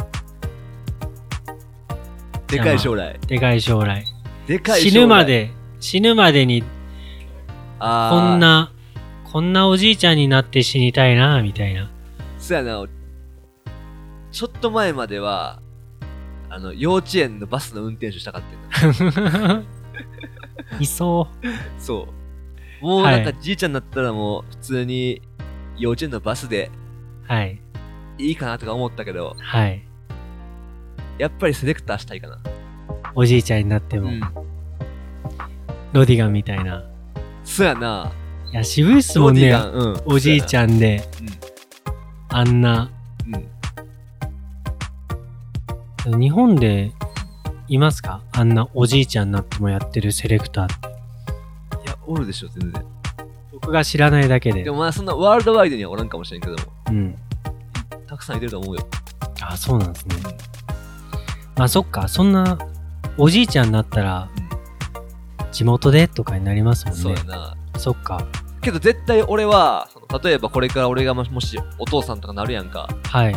A: でかい将来。
B: でかい将来。
A: でかい将来。
B: 死ぬま。で、死ぬまでに、
A: あー
B: こん。な、こんなおじいちゃんになって死にたいな、みた いな。
A: そうやな。ちょっと前までは、あの、幼稚園のバスの運転手したかったんだ。
B: いそ
A: そう。もう
B: は
A: ないんかじいちゃんになったらもう普通に幼稚園のバスで
B: う。はい。
A: いいかなとか思ったけど、
B: はい。
A: やっぱりセレクターしたいかな。
B: おじいちゃんになっても、
A: うん。
B: ロディガンみたいな。
A: そうやな。
B: いや、渋いっすもん
A: ロディ
B: ね。
A: ガンうん。
B: おじいち
A: ゃ
B: ゃんで、あんな。
A: ん。うん。
B: 日本で、いますかあんなおじいちゃんになってもやってるセレクターって。
A: いや、おるでしょ、全然。
B: 僕が知らないだけで。
A: でもまあ、そんなワールドワイドにはおらんかもしれんけども、
B: うん。
A: たくさんいてると思うよ。
B: あ、そうなんですね。まあ、そっか。そんな、おじいちゃんになったら、地元でとかになりますもんね。
A: そうやな。
B: そっか。
A: けど絶対俺は、その例えばこれから俺がももしお父さんとかなるやんか、
B: はい。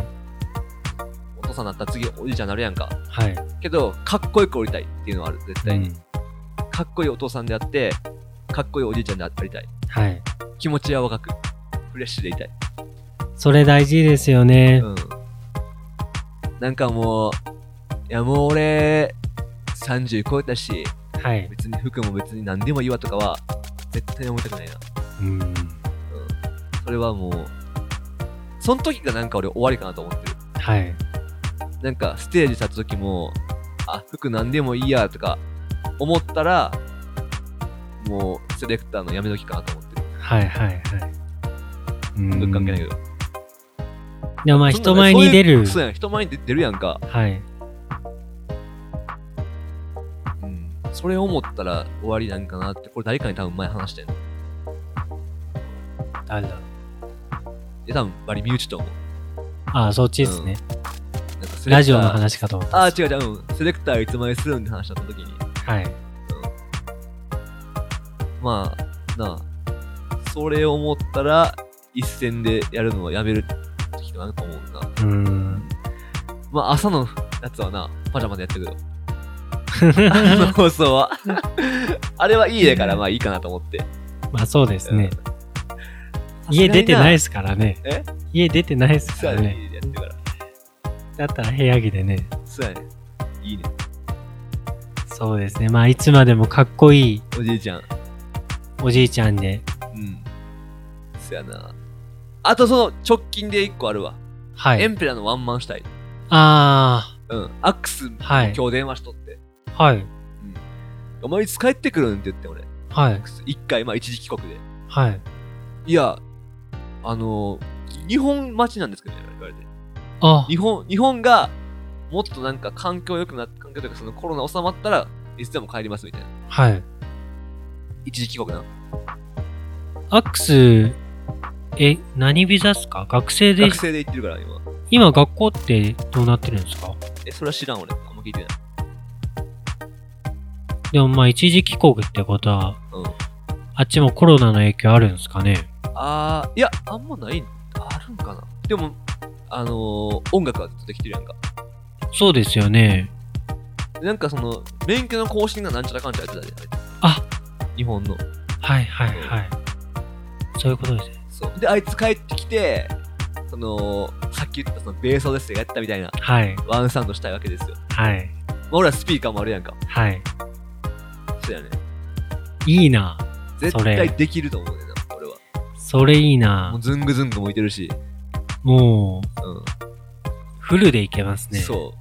A: お父さんになったら次おじいちゃんになるやんか。
B: はい。
A: けど、かっこよくおりたいっていうのはある、絶対に。
B: うん
A: かっこいいお父さんであって、かっこいいおじいちゃんでありたい。
B: はい。
A: 気持ちは若く、フレッシュでいたい。
B: それ大事ですよね。
A: うん。なんかもう、いやもう俺、30超えたし、
B: はい。
A: 別に服も別に何でもいいわとかは、絶対思いたくないな。
B: うん。
A: それはもう、その時がなんか俺終わりかなと思ってる。
B: はい。
A: なんかステージ立った時も、あ、服なんでもいいやとか思ったら、もうセレクターのやめ時かなと思ってる。
B: はいはいはい。うん
A: よく関係ないけど。
B: でもまあ
A: そ
B: 人
A: んな
B: 前
A: そうい
B: に
A: う
B: 出る。
A: そうやん、人前に出出るやんか。
B: はい。
A: うん。それ思ったら終わりなんかなって、これ誰かに多分前話したよね。
B: あるだ
A: で、多分バリ身内と思う。
B: ああ、そっちですね。
A: なんかセレクター
B: ラジオの。話かと思った。
A: あ、違う違う、うん。セレクターいつまでするんって話した時に、
B: はい。
A: まあ、なあ、それを思ったら、一戦でやるのはやめる時かなと思うな。
B: うん。
A: まあ、朝のやつはな、パジャマでやったけ ど。あの放送は。あれは家だから、まあいいかなと思って。
B: まあそうですね。
A: うん
B: 家出てない
A: さ
B: ですからね。
A: え
B: 家出てないです
A: す
B: か
A: が
B: ら
A: にな
B: ね。
A: 家でやってるから。
B: だったら部屋着でね。
A: そうやね。いいね。
B: そうですね。まあいつまでもかっこいい
A: おじいちゃん。
B: おじいちゃんで。
A: うん。そやな。あとその直近で一個あるわ。
B: は
A: エ
B: い。
A: ンペラーのワンマンしたい。
B: あ
A: うん。アックス、
B: あ、はい。
A: 今日電話しとって。
B: はい。
A: お前いつ帰ってくるんって言って俺。ア
B: はい
A: ック。ス一回、まあ一時帰国で。
B: はい。
A: いや、あの、日本待ちなんですけどね、言われて。
B: あ
A: 日本、日本が、もっとなんか環境良くなって、環境というかそのコロナ収まったら、いつでも帰りますみたいな。
B: はい。
A: 一時帰国なの。
B: アックス、え、何ビザっすか学生で
A: 学、生で行ってるから、今。
B: 今学校ってどうなってるんですか
A: え、それは知らん俺。あんま聞いてない。
B: でもまあ一時帰国ってことは、
A: うん。
B: あっちもコロナの影響あるんですかね
A: あー、いや、あんまない、あるんかな。でも、あのー、音楽はずっとできてるやんか。
B: そうですよね。
A: なんかその、免許の更新がなんちゃらかんちゃらやってたじゃない
B: あ
A: 日本の。
B: はいはいはい。そういうことですね。
A: そう。で、あいつ帰ってきて、その、さっき言ったその、ベースをですがやったみたいな、
B: はい
A: ワンサウンドしたいわけですよ。
B: はい
A: まあ、俺らスピーカーもあるやんか。
B: はい。
A: そうやね。
B: いいな。
A: 絶
B: それ
A: 対できると思うねんな、俺は。
B: それいい
A: も
B: な
A: う。ズングズングもいてるし、
B: もう、
A: うん。
B: フルでいけますね。う。
A: そ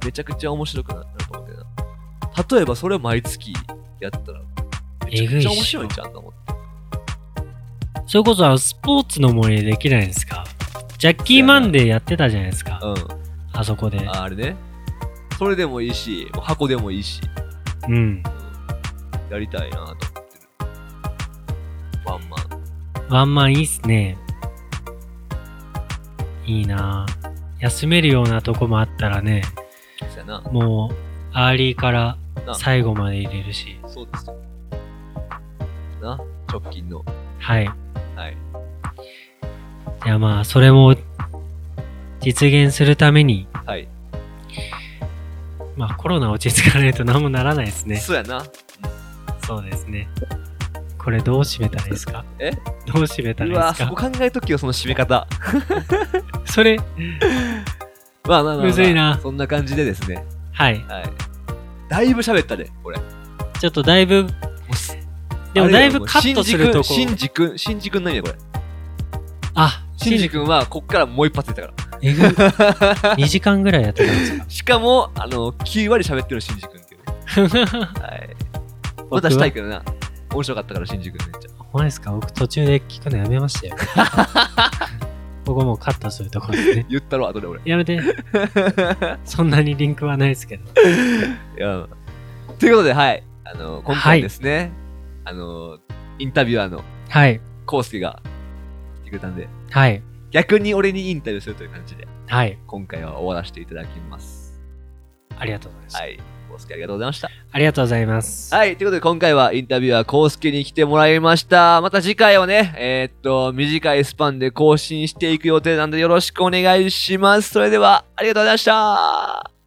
A: う。めちゃくちゃ面白くなると思うけどな。例えばそれを毎月やったら、めちゃくちゃ面白いんじゃんと思って。
B: それこそあのスポーツの森でできないですかジャッキーマンデーやってたじゃないですか。
A: う
B: あそこで
A: ん。。ああれね。それでもいいし、もう箱でもいいし、
B: うん。
A: やりたいなと思ってる。ワンマン。
B: ワンマンいいっすね。いいなぁ休めるようなとこもあったらね、
A: そうやな。
B: もう、アーリーから
A: な
B: 最後まで入れるし。
A: そうですよ。な、直近の。
B: はい。
A: はい。
B: いやまあ、それも、実現するために、
A: はい。
B: まあコロナ落ち着かないと何もならないですね。
A: そうやな。
B: そうですね。これどう締めたらいいですか
A: え
B: どう締めた
A: う
B: らい
A: わ
B: いで
A: そ
B: す
A: こ
B: か
A: 考えときよ、その締め方。
B: それ、
A: まあまあまあ、まあ、
B: むずいな
A: そんな感じでですね。
B: はい。
A: はい。だいぶ喋ったね、これ。
B: ちょっとだいぶ、
A: もうす
B: でも
A: あれ
B: だいぶカットするとこ。
A: シンジ君、シンジ君何やこれ。
B: あ、
A: シンジ君は、こっからもう一発出たか
B: えぐ、2時間ぐらいやってたんです
A: ら。しかも、あの、9割喋ってるシンジ君っていうね。
B: か
A: はい。
B: 僕
A: ま
B: は
A: たしたいけどな。面白かったから、シンジ君めっちゃ。
B: ほんまですか僕途中で聞くのやめまし たよ。ここもうカットするとこですね。
A: 言ったろ、後で俺。
B: やめて。そんなにリンクはないですけど。
A: いや、ということで、はい。あの、今
B: はい
A: 回ですね、あの、インタビュアーの
B: はい。
A: コウスケが来てくれたんで、
B: はい。
A: 逆に俺にインタビューするという感じで、
B: はい。
A: 今回は終わらせていただきます。
B: ありがとうございます。
A: はい。コウスケありがとうございました。
B: ありがとうございます。
A: はい。ということで、今回はインタビュアー、コウスケに来てもらいました。また次回はね、えーっと、短いスパンで更新していく予定なんで、よろしくお願いします。それでは、ありがとうございました。